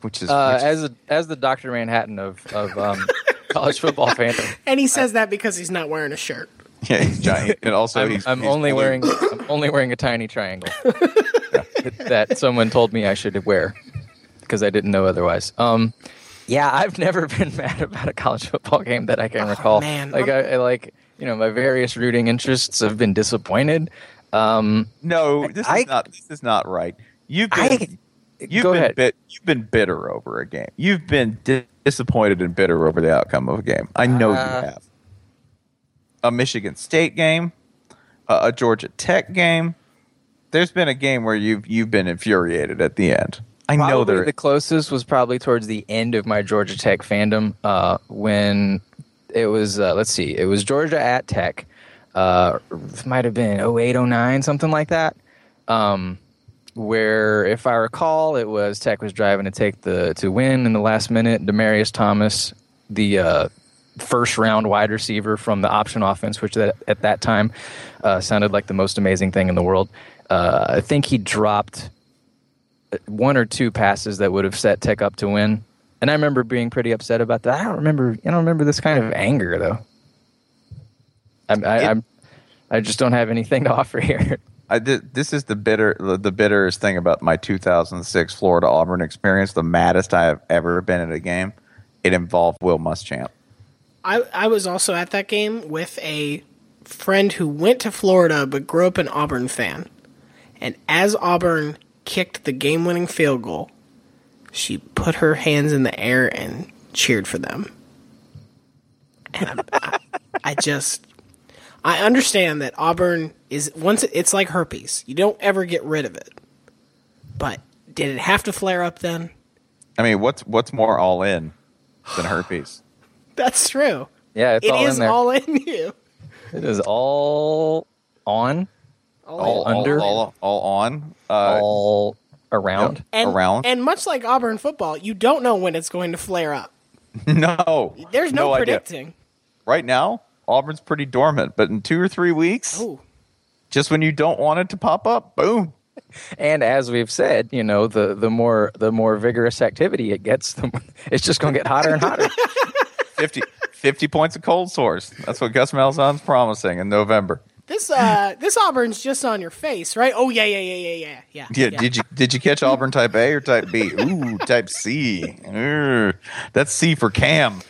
A: which is
C: Uh,
A: which-
C: as a, as the Doctor Manhattan of of um, college football fandom,
B: And he says that because he's not wearing a shirt.
A: yeah, he's giant. And also,
C: I'm,
A: he's,
C: I'm
A: he's
C: only
A: blue.
C: wearing I'm only wearing a tiny triangle that, that someone told me I should wear because I didn't know otherwise. Um, yeah, I've never been mad about a college football game that I can recall.
B: man,
C: like I, I like you know my various rooting interests have been disappointed. Um,
A: No, this
C: I-
A: is not this is not right. You've been
C: I-
A: you've
C: go
A: been
C: ahead.
A: bit you've been bitter over a game. You've been di- disappointed and bitter over the outcome of a game. I know you
C: Uh.
A: have. A Michigan State game, a, a Georgia Tech game. There's been a game where you've you've been infuriated at the end. I know
C: Probably
A: there.
C: the closest was probably towards the end of my Georgia Tech fandom uh, when it was uh, let's see it was Georgia at Tech uh, might have been 08 09 something like that um, where if I recall it was Tech was driving to take the to win in the last minute Demarius Thomas the uh, first round wide receiver from the option offense, which that, at that time uh, sounded like the most amazing thing in the world. Uh, I think he dropped one or two passes that would have set Tech up to win. And I remember being pretty upset about that. I don't remember. I don't remember this kind of anger though. I'm, I,
A: It-
C: I'm, I just don't have anything to offer here.
A: I thi- this is the bitter the, the bitterest thing about my 2006 Florida Auburn experience. The maddest I have ever been at a game. It involved Will Muschamp.
B: I, I was also at that game with a friend who went to Florida but grew up an Auburn fan. And as Auburn kicked the game winning field goal, she put her hands in the air and cheered for them. And I, I, I just. I understand that Auburn is once it, it's like herpes. You don't ever get rid of it. But did it have to flare up then?
A: I mean, what's what's more all in than herpes?
B: That's true.
C: Yeah, it's
B: It
C: all
B: is
C: in there.
B: all in you.
C: it is all on,
A: all
C: under?
A: all, all, all on, uh,
C: all around.
B: and,
A: around.
B: And much like Auburn football, you don't know when it's going to flare up.
A: no,
B: There's no,
A: idea.
B: predicting.
A: Right now, Auburn's pretty dormant, but in two or three weeks,
B: Oh,
A: just when you don't want it to pop up, boom.
C: And as we've said, you know, the the more the more vigorous activity it gets, the more, it's just going to get hotter and hotter.
A: 50, 50 points of cold sores. That's what Gus Malzahn's promising in November.
B: this uh, this Auburn's just on your face, right? Oh yeah, yeah, yeah, yeah, yeah, yeah.
A: Yeah, did you did you catch Auburn type A or type B? Ooh, type C. Err, that's C for Cam.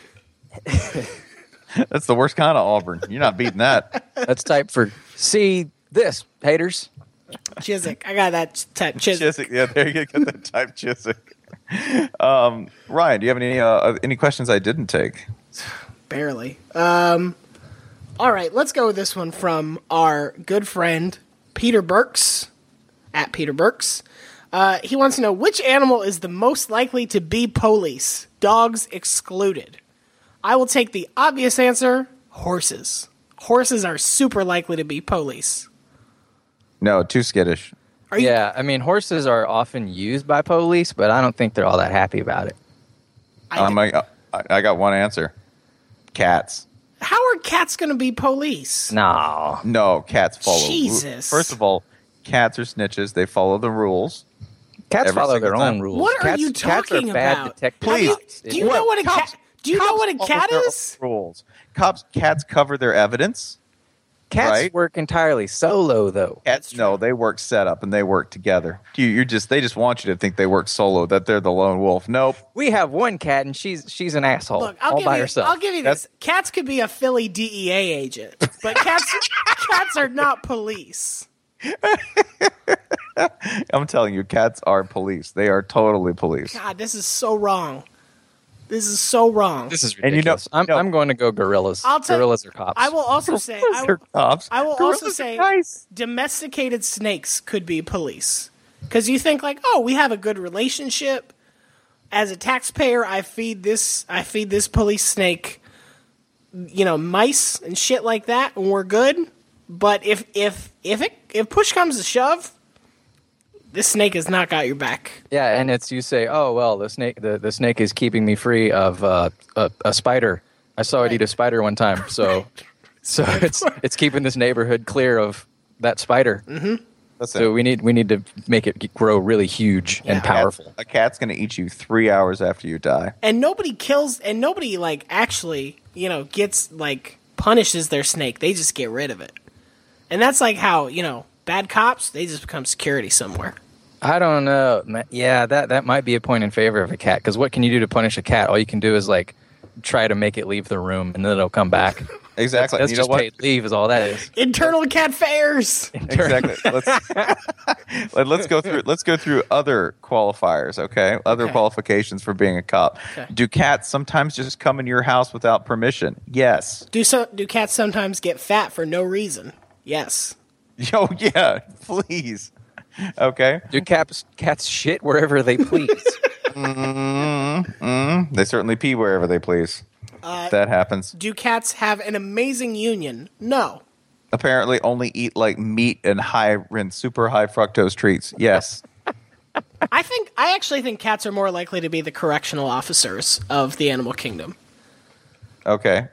A: that's the worst kind of Auburn. You're not beating that.
C: That's type for see this haters.
B: Chiswick, I got that type. Chiswick.
A: Chiswick. Yeah, there you go. Get that type Chiswick. Um, Ryan, do you have any uh, any questions I didn't take?
B: barely. Um, all right, let's go with this one from our good friend Peter Burks at Peter Burks. Uh, he wants to know which animal is the most likely to be police, dogs excluded. I will take the obvious answer: horses. Horses are super likely to be police.
A: No, too skittish.
B: Are you-
C: yeah, I mean horses are often used by police, but I don't think they're all that happy about it.
B: I
C: um,
A: I'm like,
B: d-
A: Um, I, I got one answer. Cats.
B: how are cats going to be police?
C: No,
A: No, cats follow. ru-
B: Jesus.
A: First of all, cats are snitches. They follow the rules.
C: cats
A: Every
C: follow
A: single
C: their
A: time.
C: own rules.
B: What are
C: cats,
B: you
C: cats
B: talking
C: are bad
B: about?
C: detectives.
B: Have you- do you know what a
A: Cops-
B: cat? Do you know
A: Cops
B: what a
A: follow
B: cat
A: their own
B: is?
A: Rules. Cops, cats cover their evidence.
C: Cats
A: Right.
C: work entirely solo, though.
A: Cats, no, they work set up and they work together. You, you're just they just want you to think they work solo, that they're the lone wolf. Nope.
C: We have one cat, and she's she's an asshole
B: Look, I'll
C: all
B: give
C: by
B: you.
C: herself.
B: I'll give you this. Cats could be a Philly DEA agent, but cats cats are not police.
A: I'm telling you, cats are police. They are totally police.
B: God, this is so wrong. This is so wrong.
C: this is
A: And you know-
C: ridiculous. I'm,
A: no.
C: I'm going to go gorillas.
B: I'll tell-
C: gorillas are cops.
B: I will also say I
A: They're
B: will,
A: cops.
B: I will
A: Gorillas
B: also
A: are
B: say-
A: nice.
B: domesticated snakes could be police because you think like, oh, we have a good relationship. As a taxpayer, I feed this I feed this police snake, you know, mice and shit like that, and we're good. But if if if it if push comes to shove, this snake has not got your back.
C: yeah, and it's you say, oh well, the snake the, the snake is keeping me free of uh, a, a spider. I saw it eat a spider one time, so so it's it's keeping this neighborhood clear of that spider.
A: Listen,
C: So we need we need to make it grow really huge
B: Yeah.
C: and powerful.
A: A cat's going to eat you three hours after you die.
B: and nobody kills and nobody like actually you know gets like punishes their snake they just get rid of it and that's like how you know bad cops they just become security somewhere
C: I don't know. ma- Yeah, that that might be a point in favor of a cat because what can you do to punish a cat? All you can do is like try to make it leave the room and then it'll come back.
A: Exactly.
C: That's
A: you know
C: just
A: what?
C: paid leave is all that is.
B: internal cat fairs
A: Exactly. Let's let- let's go through let's go through other qualifiers, okay? Other
B: Okay.
A: qualifications for being a cop.
B: Okay.
A: Do cats sometimes just come in your house without permission? Yes.
B: do so do cats sometimes get fat for no reason yes
A: Yo, yeah, please. Okay.
C: Do cats cats shit wherever they please?
A: They certainly pee wherever they please.
B: Uh,
A: that happens.
B: do cats have an amazing union no
A: Apparently only eat like meat and high and super high fructose treats. Yes.
B: i think i actually think cats are more likely to be the correctional officers of the animal kingdom
A: Okay.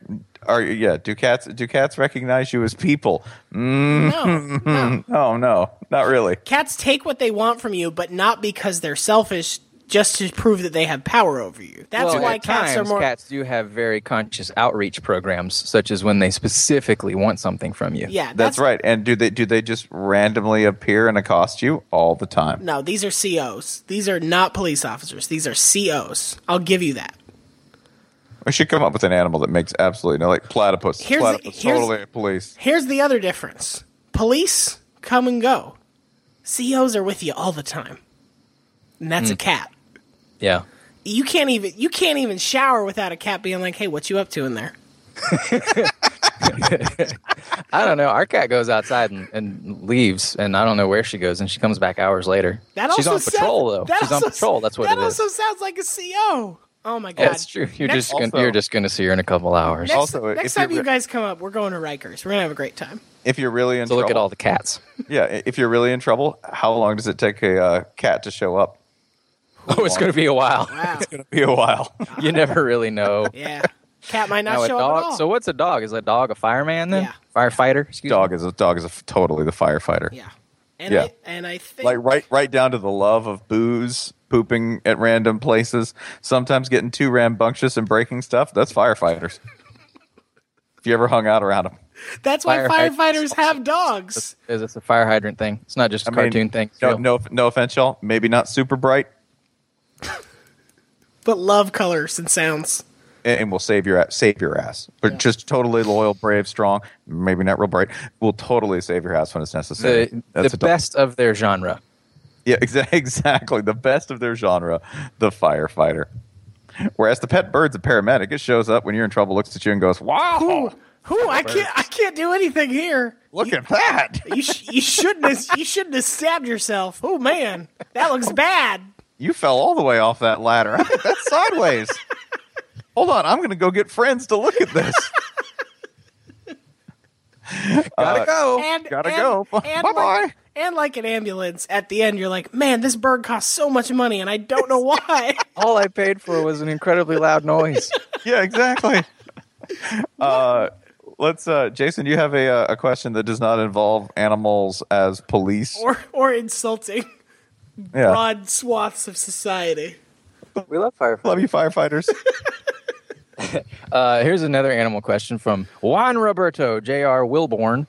A: Are yeah, do cats do cats recognize you as people?
B: no no
A: Oh no, not really.
B: cats take what they want from you, but not because they're selfish, just to prove that they have power over you. That's
C: Well,
B: why
C: at
B: cats are
C: times,
B: more.
C: cats do have very conscious outreach programs, such as when they specifically want something from you.
B: yeah,
A: That's, right. And do they do they just randomly appear and accost you all the time?
B: No, these are COs. These are not police officers. These are COs. I'll give you that.
A: We should come up with an animal that makes absolutely no like platypus.
B: Here's-
A: platypus
B: here's-
A: totally police.
B: Here's the other difference: police come and go. COs are with you all the time, and
C: Hmm.
B: that's a cat.
C: Yeah.
B: You can't even you can't even shower without a cat being like, "Hey, what you up to in there?"
C: I don't know. Our cat goes outside and, and leaves, and I don't know where she goes, and she comes back hours later.
B: That
C: She's
B: also
C: on patrol,
B: sounds-
C: though.
B: that
C: She's on
B: also-
C: patrol. That's what
B: that
C: it is.
B: also sounds like a CO. Oh my god,
C: That's true. You're
B: Next-
C: just gonna,
A: Also-
C: you're just going to see her in a couple hours
B: Next,
A: Also, if
B: next
A: you're
B: time you
A: re-
B: guys come up, we're going to Rikers. We're gonna have a great time.
A: If you're really in
C: to
A: trouble,
C: look at all the cats.
A: yeah. i- If you're really in trouble, how long does it take a uh, cat to show up?
C: Oh, it's going to be a while.
B: Wow.
A: Be a while.
C: you never really know.
B: yeah. Cat might not
C: Now, a
B: show up at all.
C: dog. So what's a dog? Is a dog a fireman then?
B: Yeah.
C: Firefighter? Excuse
A: dog is a dog is a f totally the firefighter.
B: yeah. And
A: Yeah.
B: I and I think
A: Like right, right down to the love of booze, pooping at random places, sometimes getting too rambunctious and breaking stuff. That's firefighters. if you ever hung out around them.
B: that's why
C: firefighters-
B: firefighters have dogs.
C: me. Is this a fire hydrant thing? It's not just
A: I
C: a
A: mean,
C: cartoon thing. It's
A: No,
C: real.
A: no, no offense, y'all. Maybe not super bright,
B: But love colors and sounds.
A: and and we'll save your ass, save your ass. But just totally loyal, brave, strong. Maybe not real bright. We'll totally save your ass when it's necessary.
C: The,
A: That's
C: the
A: a dog.
C: best of their genre.
A: Yeah, exa- exactly. The best of their genre, the firefighter. Whereas the pet bird's a paramedic. It shows up when you're in trouble, looks at you, and goes, "Wow,
B: Who I can't I can't do anything here.
A: look at that."
B: You sh- you shouldn't have, you shouldn't have stabbed yourself. Oh man, that looks bad.
A: You fell all the way off that ladder. That's sideways. Hold on, I'm going to go get friends to look at this. Uh,
C: Gotta go.
B: And
A: Oh, Gotta
B: and-
A: go.
B: And
A: Bye-bye.
B: Like, and like an ambulance, at the end you're like, man, this bird costs so much money, and I don't know why.
C: All I paid for was an incredibly loud noise.
A: yeah, exactly. Uh, let's, uh, Jason. You have a uh, a question that does not involve animals as police.
B: or or insulting
A: yeah,
B: broad swaths of society.
C: we love firefighters.
A: love you, firefighters.
C: Uh, here's another animal question from Juan Roberto J.R. Wilborn.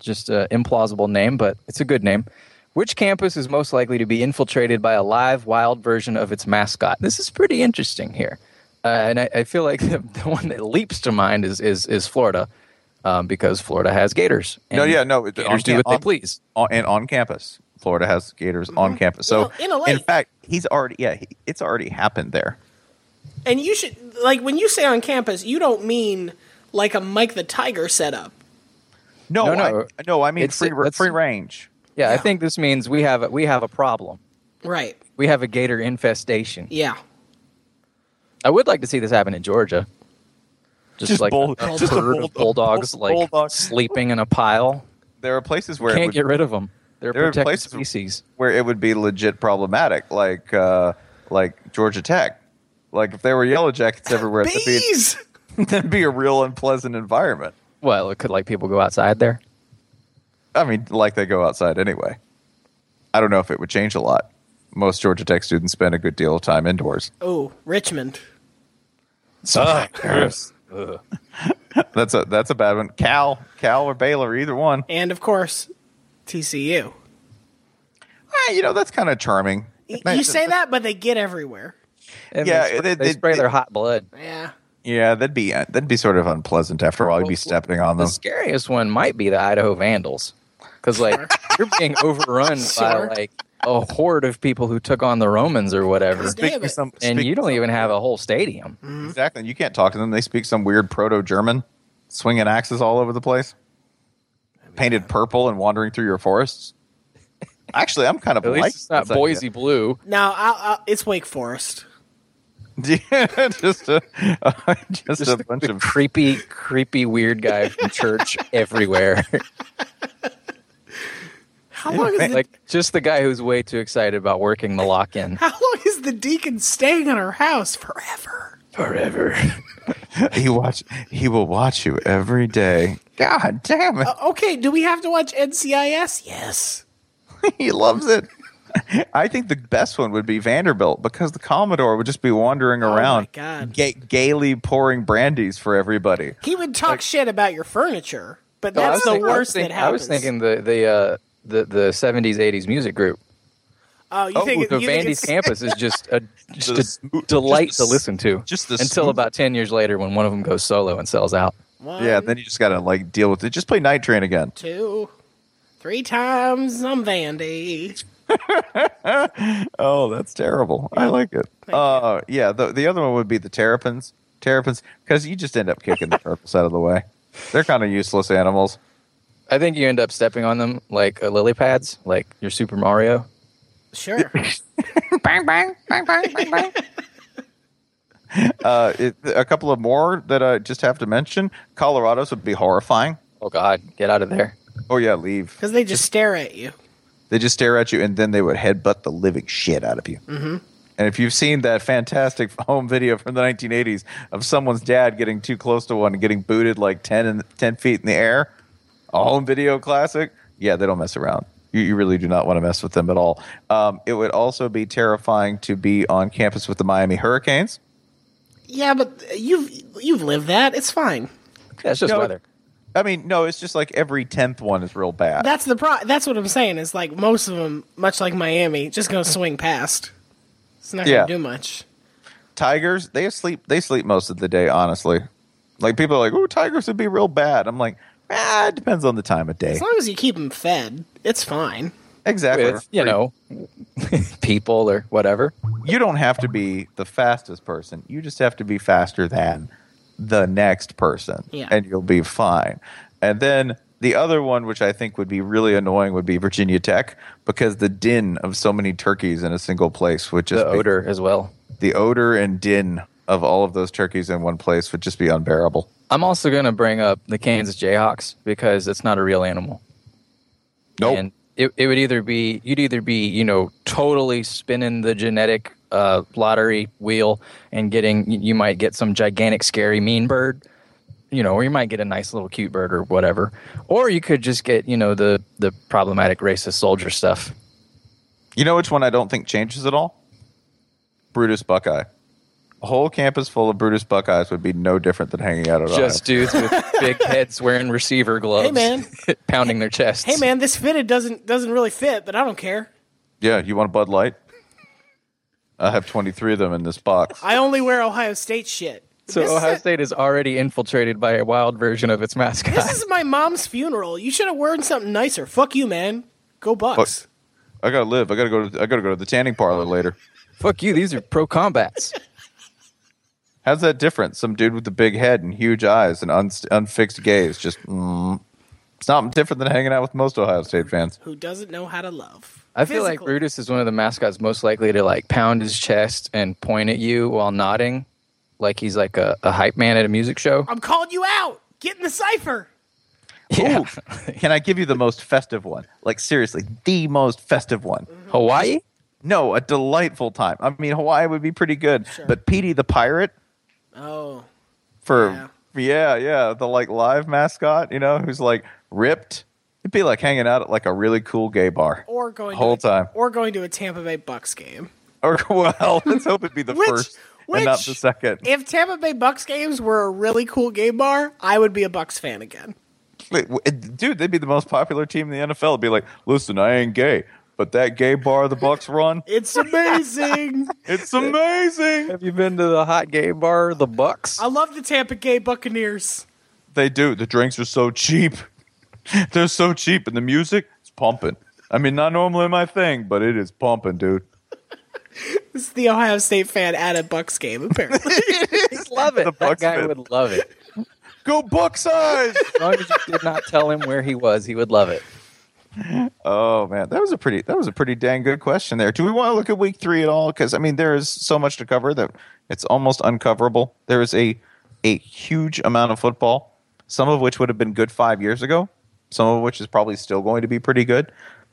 C: Just an implausible name, but it's a good name. Which campus is most likely to be infiltrated by a live, wild version of its mascot? This is pretty interesting here. Uh, and I, I feel like the, the one that leaps to mind is, is, is Florida, um, because Florida has gators.
A: No,
C: And
A: yeah, no, it-
C: Gators
A: on
C: do
A: cam-
C: what they
A: on-
C: please.
A: on, and on campus. Florida has Gators on campus. So
B: Mm-hmm. Well, in a way-
A: fact, he's already yeah, he, it's already happened there.
B: And you should like when you say on campus, you don't mean like a Mike the Tiger setup.
A: No,
C: No,
A: no,
C: no.
A: I, no, I mean
C: It's-
A: free ra-
C: that's-
A: free range.
C: Yeah, I
B: Yeah.
C: think this means we have a, we have a problem.
B: Right.
C: We have a gator infestation.
B: Yeah.
C: I would like to see this happen in Georgia. Just,
A: Just
C: like
A: bull-
C: a
A: just a
C: herd
A: bulldog-
C: of bulldogs, like
A: bulldog.
C: sleeping in a pile.
A: There are places where it
C: Can't
A: would,
C: get rid of them. They're
A: There are
C: protected
A: places-
C: species.
A: where it would be legit problematic, like uh, like Georgia Tech. Like if there were yellow jackets everywhere, that'd be,
B: Bees.
A: that'd be a real unpleasant environment.
C: Well, it could like people go outside there.
A: I mean, like they go outside anyway. I don't know if it would change a lot. Most Georgia Tech students spend a good deal of time indoors.
B: Oh, Richmond.
A: That's a that's a bad one. Cal, Cal or Baylor, either one.
B: And of course, TCU.
A: Eh, you know that's kind of charming.
B: Y-
A: Nice.
B: You say that, but they get everywhere.
C: And
A: Yeah,
C: they spray,
A: they-
C: they
A: they-
C: spray
A: they-
C: their hot blood.
B: Yeah.
A: Yeah, that'd be that'd be sort of unpleasant after a while. You'd be stepping on
C: The
A: them.
C: scariest one might be the Idaho Vandals, because like you're being overrun
B: Sure.
C: by like a horde of people who took on the Romans or whatever,
B: Damn it.
A: some,
C: and
A: speak- Mm.
C: you don't even have a whole stadium.
A: Mm-hmm. exactly. and You can't talk to them. They speak some weird proto-German, swinging axes all over the place, painted purple and wandering through your forests. Actually, I'm kind of
C: At least
A: like
C: it's not
A: this
C: Boise
A: idea.
C: Blue.
B: Now I'll, I'll, it's Wake Forest.
A: Yeah, just a just,
C: Just
A: a
C: the-
A: bunch
C: the
A: of
C: creepy, creepy, weird guy from church everywhere.
B: How long is the,
C: like just the guy who's way too excited about working the lock-in
B: how long is the deacon staying in her house forever?
C: forever.
A: he watch he will watch you every day. God damn it,
B: Okay, do we have to watch NCIS? Yes.
A: he loves it. I think the best one would be Vanderbilt because the Commodore would just be wandering
B: my
A: around,
B: God.
A: ga- gaily pouring brandies for everybody.
B: He would talk shit about your furniture, but
C: I
B: that's
C: was
B: the
C: thinking- I was
B: worst
C: thinking-
B: that happens.
C: I was thinking the the uh, the the seventies, eighties music group.
B: oh, you
A: Oh,
B: think
C: The
B: you think
C: Vandy's
B: it's-
C: campus is just a just
A: The
C: a
A: smo-
C: delight
A: just
C: to
A: the
C: listen to.
A: just the
C: until
A: smooth-
C: about ten years later, when one of them goes solo and sells out.
B: One,
A: Yeah, then you just gotta like deal with it. Just play Night Train again.
B: two, three times I'm Vandy.
A: Oh, that's terrible. I like it. Uh, yeah, the the other one would be the terrapins. Terrapins, because you just end up kicking the turtles out of the way. They're kind of useless animals.
C: I think you end up stepping on them like uh, lily pads, like your Super Mario.
B: Sure.
D: bang bang bang bang bang bang.
A: Uh, it, a couple of more that I just have to mention. Colorado's would be horrifying.
C: Oh God, get out of there!
A: Oh yeah, leave.
B: Because they just stare at you.
A: They just stare at you, and then they would headbutt the living shit out of you. Mm-hmm. And if you've seen that fantastic home video from the 1980s of someone's dad getting too close to one and getting booted like 10 and 10 feet in the air, a home video classic. Yeah, they don't mess around. You, you really do not want to mess with them at all. Um, it would also be terrifying to be on campus with the Miami Hurricanes.
B: Yeah, but you've you've lived that. It's fine.
C: That's just
A: No,
C: weather.
A: I mean, no, it's just like every 10th one is real bad.
B: That's the pro. That's what I'm saying. Is like most of them, much like Miami, just gonna swing past. It's not
A: Yeah.
B: gonna do much.
A: tigers they sleep they sleep most of the day honestly like people are like oh tigers would be real bad i'm like ah it depends on the time of day
B: As long as you keep them fed, it's fine.
A: exactly
C: with you know people or whatever.
A: you don't have to be the fastest person you just have to be faster than the next person
B: Yeah.
A: and you'll be fine and then the other one which i think would be really annoying would be virginia tech because the din of so many turkeys in a single place would just
C: The
A: be-
C: odor as well.
A: the odor and din of all of those turkeys in one place would just be unbearable
C: I'm also going to bring up the Kansas Jayhawks because it's not a real animal.
A: nope
C: And it, it would either be you'd either be you know totally spinning the genetic uh, lottery wheel and getting you- you might get some gigantic scary mean bird, you know, or you might get a nice little cute bird or whatever, or you could just get you know the the problematic racist soldier stuff.
A: You know which one I don't think changes at all? Brutus Buckeye. a whole campus full of Brutus Buckeyes would be no different than hanging out at
C: Just dudes with big heads wearing receiver gloves.
B: Hey, man.
C: pounding their chests.
B: Hey man, this fitted doesn't doesn't really fit, but I don't care.
A: Ohio. Yeah, you want a Bud Light? I have 23 of them in this box.
B: I only wear Ohio State shit.
C: So
B: this
C: Ohio
B: is,
C: State is already infiltrated by a wild version of its mascot.
B: This is my mom's funeral. You should have worn something nicer. Fuck you, man. Go Bucks.
A: I gotta live. I gotta go. To, I gotta go to the tanning parlor later.
C: Fuck you, these are pro combats.
A: How's that different? Some dude with a big head and huge eyes and unst unfixed gaze. Just mm. it's not different than hanging out with most Ohio State fans.
B: Who doesn't know how to love?
C: I feel like
B: Physical.
C: Brutus is one of the mascots most likely to like pound his chest and point at you while nodding, like he's like a, a hype man at a music show.
B: I'm calling you out. Get in the cipher.
C: Yeah.
A: Can I give you the most festive one? Like seriously, the most festive one.
C: Hawaii?
A: No, a delightful time. I mean, Hawaii would be pretty good, but Petey the pirate
B: Oh,
A: for yeah. yeah, the like live mascot, you know, who's like ripped. It'd be like hanging out at like a really cool gay bar
B: or going
A: whole
B: to a,
A: time.
B: or going to a Tampa Bay Bucks game.
A: Or well, let's hope it be the
B: Which-
A: first and not
B: which-
A: the second.
B: If Tampa Bay Bucks games were a really cool game bar, I would be a Bucks fan again.
A: Wait, w- dude, they'd be the most popular team in the NFL. It'd be like, listen, I ain't gay, but that gay bar the Bucks run,
B: It's amazing.
A: it's amazing.
C: Have you been to the hot gay bar, the Bucks?
B: I love the Tampa Gay Buccaneers.
A: They do. The drinks are so cheap. They're so cheap, and the music is pumping. I mean, not normally my thing, but it is pumping, dude.
B: This is the Ohio State fan at a Bucks game, apparently.
C: just love it.
A: The
C: that
A: Bucks
C: guy
A: fan.
C: would love it.
A: Go Bucks eyes!
C: As long as you did not tell him where he was, he would love it.
A: Oh man, that was a pretty that was a pretty dang good question there. Do we want to look at week three at all? Because I mean, there is so much to cover that it's almost uncoverable. There is a a huge amount of football, some of which would have been good five years ago, some of which is probably still going to be pretty good.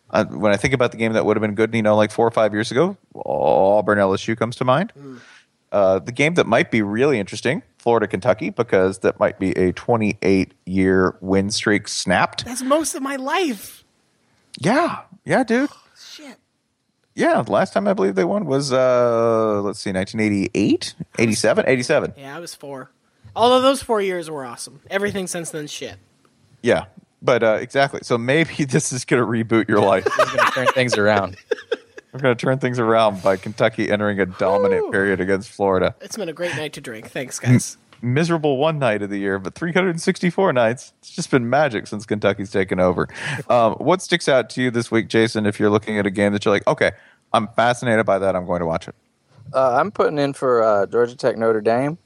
A: Uh, when I think about the game that would have been good, you know, like four or five years ago, Auburn LSU comes to mind. Uh, the game that might be really interesting, Florida Kentucky, because that might be a 28 year win streak snapped.
B: That's most of my life.
A: Yeah, yeah, dude.
B: Shit.
A: Yeah, the last time I believe they won was uh let's see 1988, 87, 87.
B: Yeah, I was four. Although those four years were awesome. Everything since then, shit.
A: Yeah. But uh exactly. So maybe this is going to reboot your life.
C: He's going to turn things around.
A: We're going to turn things around by Kentucky entering a dominant
B: Woo.
A: period against Florida.
B: It's been a great night to drink.
A: Mm.
B: Thanks, guys.
A: Miserable one night of the year, but 364 nights. It's just been magic since Kentucky's taken over. Um, what sticks out to you this week, Jason, if you're looking at a game that you're like, "Okay, I'm fascinated by that. I'm going to watch it."
C: Uh, I'm putting in for uh, Georgia Tech Notre Dame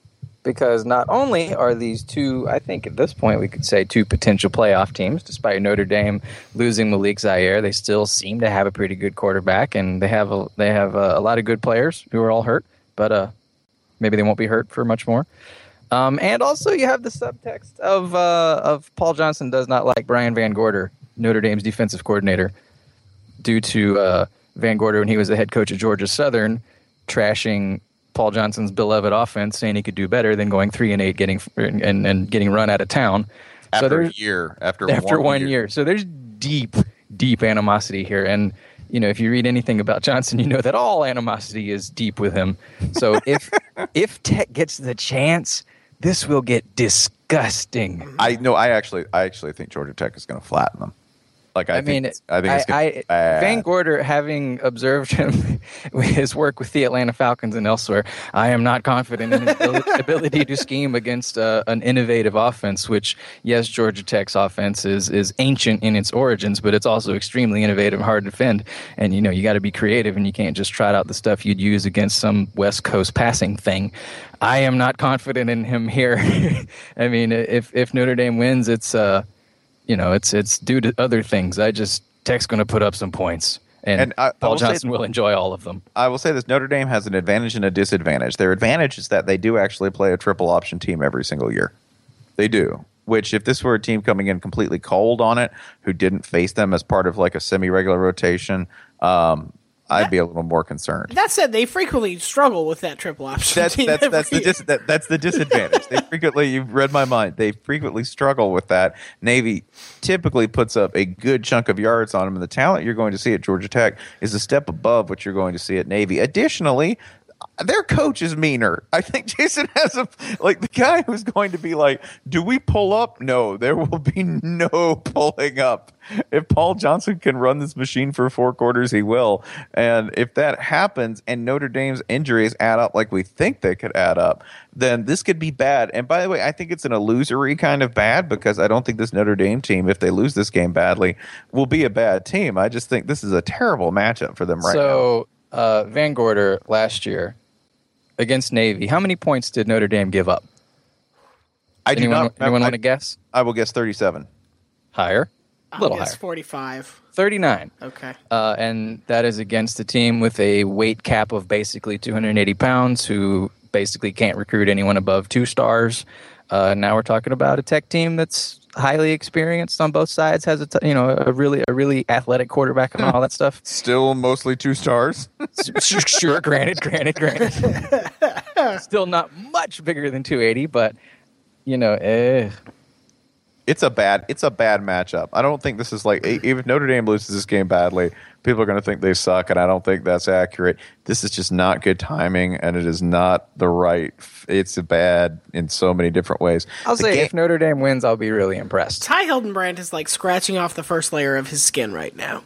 C: because not only are these two, I think at this point we could say two potential playoff teams, despite Notre Dame losing Malik Zaire, they still seem to have a pretty good quarterback and they have a, they have a, a lot of good players who are all hurt, but uh, maybe they won't be hurt for much more. Um, and also you have the subtext of uh, of Paul Johnson does not like Brian Van Gorder, Notre Dame's defensive coordinator due to uh, Van Gorder when he was the head coach at Georgia Southern, trashing Paul Johnson's beloved offense, saying he could do better than going three and eight, getting and, and getting run out of town.
A: After a
C: there's-
A: year, after,
C: after one, year. So there's deep, deep animosity here. And, you know, if you read anything about Johnson, you know that all animosity is deep with him. So if if Tech gets the chance, this will get disgusting.
A: I no, I actually, I actually think Georgia Tech is going to flatten them. Like I,
C: I mean,
A: think, it's- I think it's
C: I,
A: gonna be bad.
C: Van Gorder, having observed him with his work with the Atlanta Falcons and elsewhere, I am not confident in his abil- ability to scheme against uh, an innovative offense. Which, yes, Georgia Tech's offense is is ancient in its origins, but it's also extremely innovative, and hard to defend, and you know you got to be creative, and you can't just trot out the stuff you'd use against some West Coast passing thing. I am not confident in him here. I mean, if if Notre Dame wins, it's uh you know, it's it's due to other things. I just Tech's going to put up some points, and,
A: And I- I
C: Paul
A: will say-
C: Johnson will enjoy all of them.
A: I will say this: Notre Dame has an advantage and a disadvantage. Their advantage is that they do actually play a triple option team every single year. They do. Which, if this were a team coming in completely cold on it, who didn't face them as part of like a semi-regular rotation, um, I'd be a little more concerned.
B: That said, they frequently struggle with that triple option.
A: That's
B: team
A: that's
B: every
A: that's the
B: year.
A: dis- that, that's the disadvantage. they frequently you've read my mind. They frequently struggle with that. Navy typically puts up a good chunk of yards on them, and the talent you're going to see at Georgia Tech is a step above what you're going to see at Navy. Additionally, their coach is meaner. I think Jason has a like the guy who's going to be like, "Do we pull up?" No, there will be no pulling up. If Paul Johnson can run this machine for four quarters, he will. And if that happens, and Notre Dame's injuries add up like we think they could add up, then this could be bad. And by the way, I think it's an illusory kind of bad because I don't think this Notre Dame team, if they lose this game badly, will be a bad team. I just think this is a terrible matchup for them right now.
C: so uh, Van Gorder last year against Navy, how many points did Notre Dame give up?
A: I do
C: Anyone,
A: not.
C: anyone want
A: I-
C: to guess?
A: I will guess 37.
C: Higher, a little higher,
B: It's 45.
C: thirty-nine.
B: Okay.
C: uh, and that is against a team with a weight cap of basically 280 pounds who basically can't recruit anyone above two stars. Uh, now we're talking about a tech team that's highly experienced on both sides, has a t- you know a really a really athletic quarterback and all that stuff.
A: Still mostly two stars.
C: sure, granted, granted, granted. Still not much bigger than 280, but you know, eh.
A: it's a bad it's a bad matchup. I don't think this is like e- if Notre Dame loses this game badly, people are going to think they suck and I don't think that's accurate. This is just not good timing and it is not the right f- it's a bad in so many different ways.
C: I'll
A: The
C: say
A: game-
C: if Notre Dame wins, I'll be really impressed.
B: Ty Hildenbrand is like scratching off the first layer of his skin right now.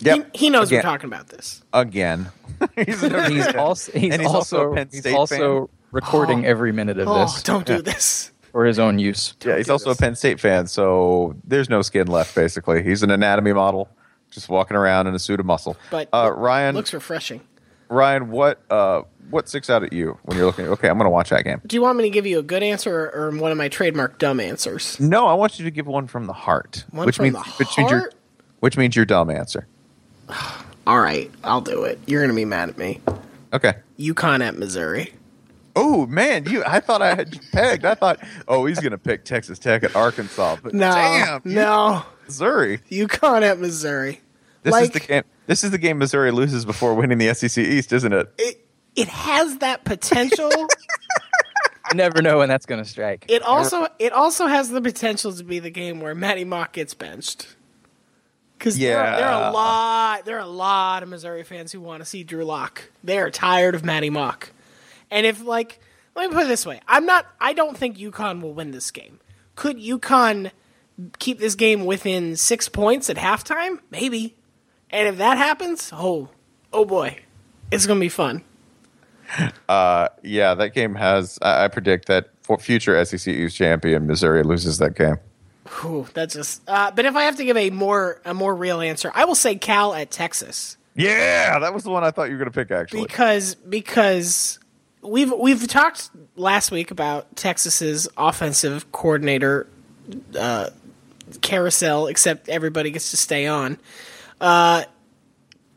A: Yep.
B: He, he knows
A: Again.
B: we're talking about this.
A: again. he's, a Notre
C: He's
A: Dame.
C: also he's,
A: And he's also a
C: also,
A: Penn
C: he's
A: State
C: also recording every minute of
B: Oh,
C: this.
B: don't do this.
C: for his own use.
A: yeah, he's also a Penn State fan, so there's no skin left basically. He's an anatomy model just walking around in a suit of muscle.
B: But
A: uh, Ryan
B: Looks refreshing.
A: Ryan, what uh, what sticks out at you when you're looking? Okay, I'm going to watch that game.
B: Do you want me to give you a good answer or, or one of my trademark dumb answers?
A: No, I want you to give one from the heart,
B: One
A: which
B: from
A: means
B: the
A: which means your
B: heart?
A: which means your dumb answer.
B: All right, I'll do it. You're going to be mad at me.
A: Okay.
B: UConn at Missouri.
A: Oh man, you! I thought I had you pegged. I thought, oh, he's going to pick Texas Tech at Arkansas, but
B: No.
A: damn,
B: No.
A: Missouri.
B: UConn at Missouri.
A: This is
B: Like-
A: the game. This is the game Missouri loses before winning the SEC East, isn't it?
B: It, it has that potential.
C: You never know when that's going to strike.
B: it also it also has the potential to be the game where Matty Mock gets benched. Because there, are
A: Yeah.
B: a lot there are a lot of Missouri fans who want to see Drew Lock. They are tired of Matty Mock. And if like let me put it this way. I'm not I don't think UConn will win this game. Could UConn keep this game within six points at halftime? Maybe. And if that happens, oh oh boy. It's gonna be fun.
A: Yeah, that game has. I, I predict that for future SEC East champion Missouri loses that game.
B: Ooh, that's just. Uh, but if I have to give a more a more real answer, I will say Cal at Texas
A: Yeah, that was the one I thought you were going to pick. Actually,
B: because because we've we've talked last week about Texas's offensive coordinator uh, carousel, except everybody gets to stay on. Uh,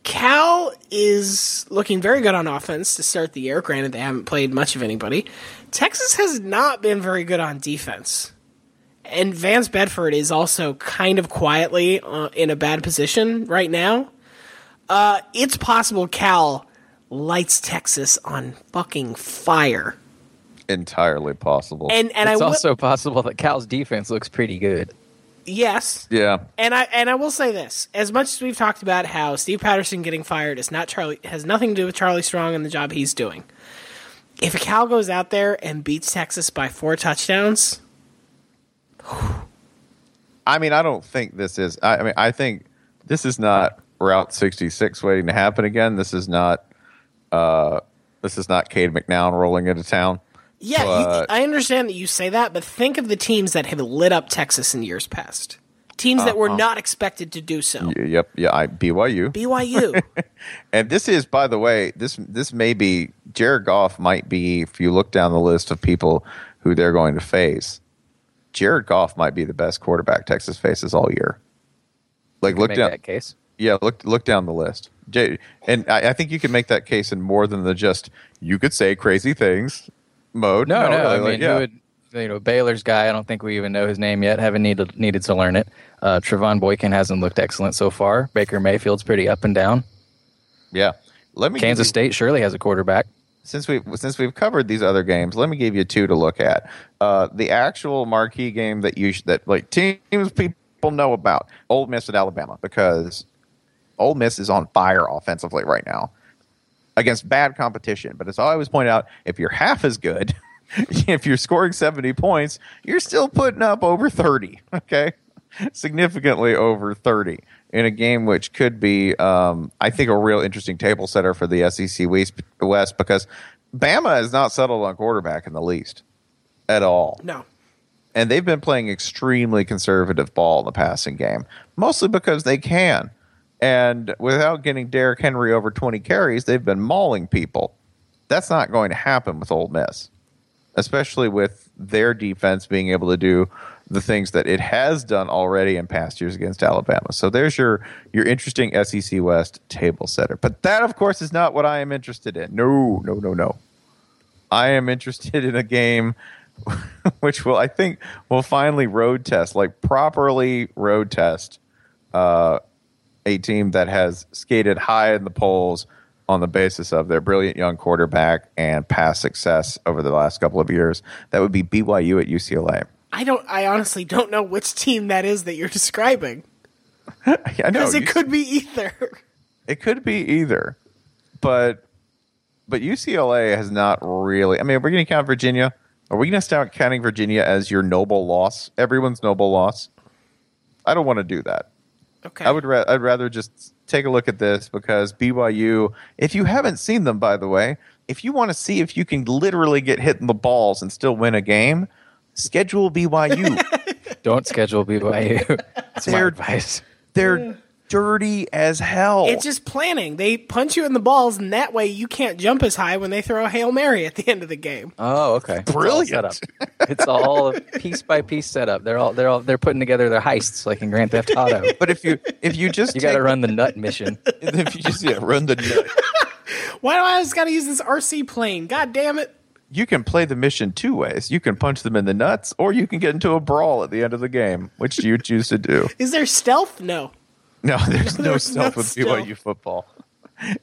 B: Cal is looking very good on offense to start the year. Granted, they haven't played much of anybody. Texas has not been very good on defense. and Vance Bedford is also kind of quietly uh, in a bad position right now. Uh, it's possible Cal lights Texas on fucking fire,
A: entirely possible.
B: and and
C: it's
B: I will
C: also possible that Cal's defense looks pretty good.
B: yes,
A: yeah,
B: and I and I will say this: as much as we've talked about how Steve Patterson getting fired is not Charlie has nothing to do with Charlie Strong and the job he's doing. If Cal goes out there and beats Texas by four touchdowns,
A: I mean, I don't think this is. I, I mean, I think this is not Route 66 waiting to happen again. This is not. Uh, this is not Cade McNown rolling into town.
B: Yeah, you,
A: But-
B: I understand that you say that, but think of the teams that have lit up Texas in years past. Teams that were not expected to do so.
A: Y- Yep, Uh-huh. yeah, I, BYU.
B: BYU.
A: And this is, by the way, this this may be Jared Goff might be. If you look down the list of people who they're going to face, Jared Goff might be the best quarterback Texas faces all year. Like look
C: Make
A: down,
C: that case.
A: Yeah, look look down the list. J- and I, I think you can make that case in more than the just you could say crazy things mode.
C: No, no.
A: really,
C: I mean,
A: like,
C: who would, you know, Baylor's guy. I don't think we even know his name yet. Haven't needed needed to learn it. Uh, Trevon Boykin hasn't looked excellent so far. Baker Mayfield's pretty up and down.
A: yeah. Let me give
C: Kansas
A: you-
C: State surely has a quarterback.
A: since we since we've covered these other games, let me give you two to look at. Uh, the actual marquee game that you sh- that like teams people know about, Ole Miss at Alabama, because Ole Miss is on fire offensively right now. against bad competition. But as I always point out, if you're half as good, if you're scoring 70 points, you're still putting up over 30, okay? Significantly over 30 in a game which could be, um, I think, a real interesting table setter for the SEC West West because Bama is not settled on quarterback in the least at all
B: No.
A: and they've been playing extremely conservative ball in the passing game, mostly because they can. And without getting Derrick Henry over 20 carries, they've been mauling people. That's not going to happen with Ole Miss, especially with their defense being able to do the things that it has done already in past years against Alabama. So there's your your interesting SEC West table setter. But that of course is not what I am interested in. No, no, no, no. I am interested in a game which will I think will finally road test, like properly road test uh, a team that has skated high in the polls on the basis of their brilliant young quarterback and past success over the last couple of years. That would be BYU at UCLA.
B: I don't. I honestly don't know which team that is that you're describing
A: I know
B: because it
A: Oh, you-
B: could be either.
A: It could be either, but but UCLA has not really. I mean, we're going to count Virginia. Are we going to start counting Virginia as your noble loss? Everyone's noble loss. I don't want to do that.
B: Okay.
A: I would. Ra- I'd rather just take a look at this because BYU. If you haven't seen them, by the way, if you want to see if you can literally get hit in the balls and still win a game, schedule BYU.
C: Don't schedule BYU. That's my
A: They're-
C: advice.
A: They're dirty as hell.
B: It's just planning. They punch you in the balls, and that way you can't jump as high when they throw a hail mary at the end of the game.
C: Oh, okay.
A: Brilliant.
C: It's all, set up. It's all piece by piece setup. They're all they're all they're putting together their heists like in Grand Theft Auto.
A: But if you if you just
C: You got to
A: take-
C: run the nut mission.
A: if you just yeah, run the nut.
B: Why do I always got to use this RC plane? God damn it!
A: you can play the mission two ways. You can punch them in the nuts, or you can get into a brawl at the end of the game. Which do you choose to do?
B: Is there stealth? No.
A: No, there's no
B: There's
A: stealth
B: no
A: with BYU football.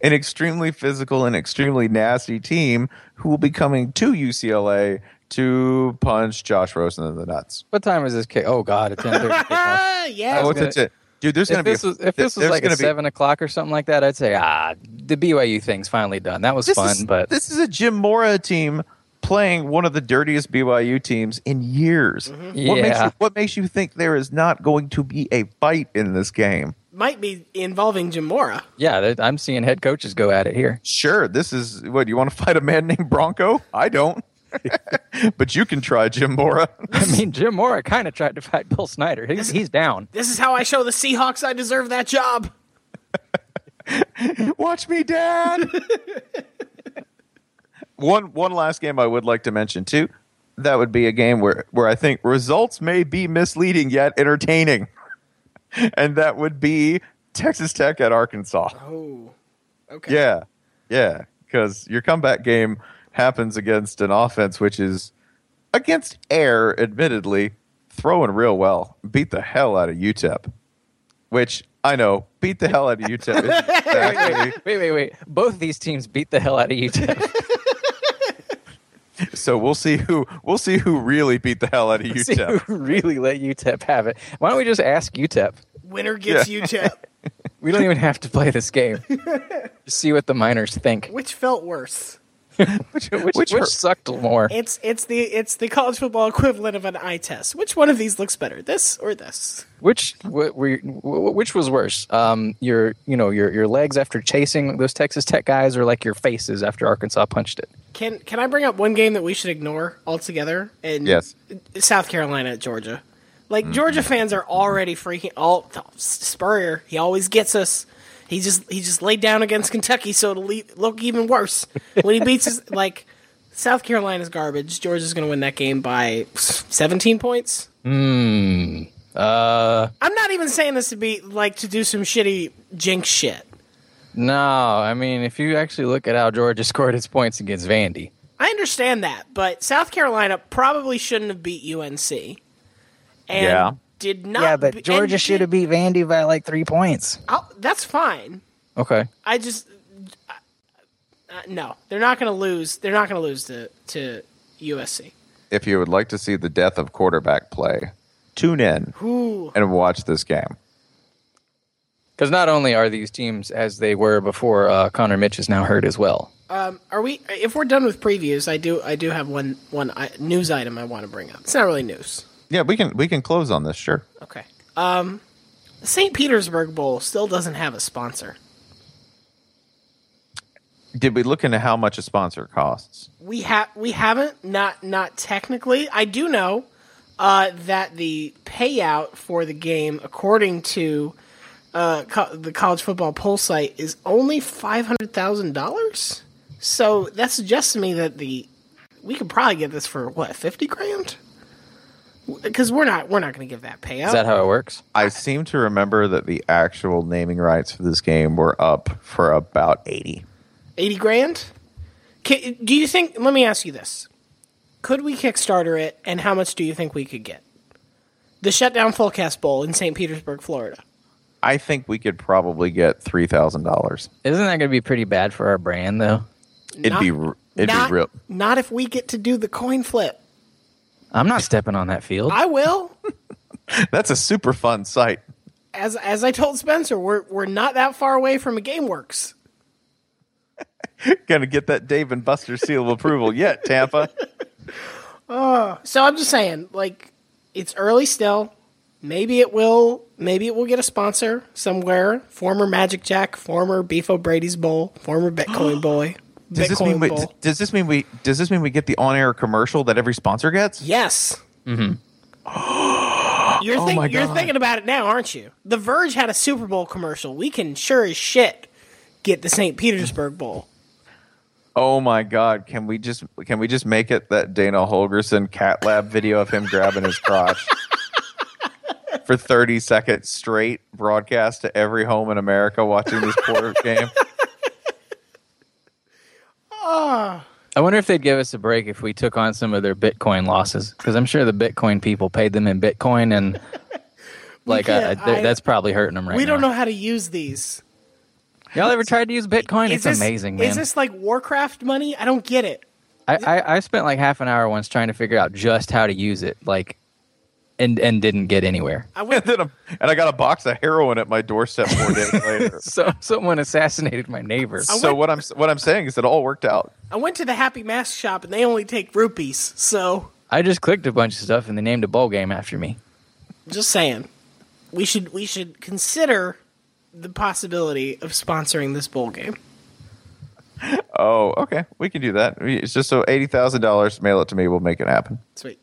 A: An extremely physical and extremely nasty team who will be coming to UCLA to punch Josh Rosen in the nuts.
C: What time is this kick? Oh God, it's ten thirty.
B: Ah, yeah.
A: Oh,
C: was
A: it's
C: gonna-
A: it's it. Dude, there's going to
C: If
A: be a-
C: this was if this was
A: there's
C: like
A: gonna
C: at
A: be-
C: seven o'clock or something like that, I'd say ah, the BYU thing's finally done. That was
A: this
C: fun,
A: is,
C: but
A: this is a Jim Mora team playing one of the dirtiest BYU teams in years.
B: Mm-hmm.
A: What makes
C: Yeah.
A: you, what makes you think there is not going to be a fight in this game?
B: Might be involving Jamora.
C: yeah, th- I'm seeing head coaches go at it here.
A: Sure, this is what you want to fight a man named Bronco? I don't. but you can try Jim Mora.
C: I mean, Jim Mora kind of tried to fight Bill Snyder. He's he's down.
B: This is how I show the Seahawks I deserve that job.
A: Watch me, Dad. one one last game I would like to mention too. That would be a game where where I think results may be misleading yet entertaining, and that would be Texas Tech at Arkansas.
B: Oh. Okay.
A: Yeah, yeah, because your comeback game happens against an offense which is against air, admittedly, throwing real well. Beat the hell out of UTEP, which I know beat the hell out of UTEP. is exactly-
C: Wait, wait, wait. Both these teams beat the hell out of E UTEP.
A: So we'll see who we'll see who really beat the hell out of E
C: See who
A: UTEP.
C: really let UTEP have it. Why don't we just ask UTEP?
B: Winner gets you UTEP.
C: We don't even have to play this game. Just see what the miners think.
B: Which felt worse?
C: Which, which,
A: which
C: which,
A: hurt-
C: sucked more?
B: It's it's the it's the college football equivalent of an eye test. Which one of these looks better? This or this?
C: Which wh- were- wh- which was worse? Um, your you know your your legs after chasing those Texas Tech guys, or like your faces after Arkansas punched it?
B: Can can I bring up one game that we should ignore altogether? And
A: Yes.
B: South Carolina at Georgia. Like Georgia fans are already freaking all Spurrier. He always gets us. He just he just laid down against Kentucky, so it'll le- look even worse when he beats us. Like South Carolina's garbage. Georgia's going to win that game by seventeen points.
C: Uh,
B: I'm not even saying this to be like to do some shitty jinx shit.
C: no. I mean, if you actually look at how Georgia scored its points against Vandy,
B: I understand that, but South Carolina probably shouldn't have beat UNC. And
A: Yeah.
B: Did not.
C: yeah, but
B: be- Uh,
C: Georgia
B: and
C: should have beat Vandy by like three points.
B: I'll- that's fine.
C: Okay.
B: I just uh, uh, no, they're not going to lose. They're not going to lose to to USC.
A: If you would like to see the death of quarterback play, tune in
B: Ooh,
A: and watch this game.
C: Because not only are these teams as they were before, uh, Connor Mitch is now hurt as well.
B: Are we? If we're done with previews, I do. I do have one one I, news item I want to bring up. It's not really news.
A: Yeah, we can we can close on this. Sure.
B: Okay. Um, the St. Petersburg Bowl still doesn't have a sponsor.
A: Did we look into how much a sponsor costs?
B: We have we haven't not not technically. I do know uh, that the payout for the game, according to uh, co- the college football poll site, is only five hundred thousand dollars. So that suggests to me that the we could probably get this for what fifty grand. Because we're not we're not going to give that payout.
C: Is that how it works?
A: I seem to remember that the actual naming rights for this game were up for about eighty.
B: 80 grand? Ca do you think, let me ask you this. Could we Kickstarter it, and how much do you think we could get? The Shutdown Fullcast Bowl in St. Petersburg, Florida.
A: I think we could probably get three thousand dollars.
C: Isn't that going to be pretty bad for our brand, though?
A: It'd be r- it'd
B: not,
A: be real.
B: Not if we get to do the coin flip.
C: I'm not stepping on that field.
B: I will.
A: That's a super fun site.
B: As, as I told Spencer, we're, we're not that far away from a GameWorks.
A: Gonna get that Dave and Buster seal of approval yet, Tampa?
B: So I'm just saying, like, it's early still. Maybe it will. Maybe it will get a sponsor somewhere. Former Magic Jack, former Beef O'Brady's Bowl, former Bitcoin Boy.
A: Does this mean we, does this mean we does this mean we get the on air commercial that every sponsor gets?
B: Yes. Mm-hmm. you're, think-
A: Oh my
B: you're
A: God.
B: thinking about it now, aren't you? The Verge had a Super Bowl commercial. We can sure as shit get the St. Petersburg Bowl.
A: Oh my God! Can we just can we just make it that Dana Holgerson cat lab video of him grabbing his crotch for thirty seconds straight, broadcast to every home in America watching this quarter game?
C: I wonder if they'd give us a break if we took on some of their Bitcoin losses, because I'm sure the Bitcoin people paid them in Bitcoin, and like uh,
B: can't-
C: th-
B: I-
C: that's probably hurting them right
B: we don't
C: now.
B: know how to use these.
C: Y'all ever tried to use Bitcoin?
B: Is
C: it's
B: this-
C: amazing, man.
B: Is this like Warcraft money? I don't get it.
C: I, I I spent like half an hour once trying to figure out just how to use it, like, and and didn't get anywhere.
B: I went
A: and then i and I got a box of heroin at my doorstep four days later.
C: So someone assassinated my neighbor.
A: so what I'm what I'm saying is it all worked out.
B: I went to the Happy Mask shop and they only take rupees. So
C: I just clicked a bunch of stuff and they named a bowl game after me.
B: just saying, we should we should consider the possibility of sponsoring this bowl game.
A: Oh, okay, we can do that. We- It's just so eighty thousand dollars. Mail it to me. We'll make it happen.
B: Sweet.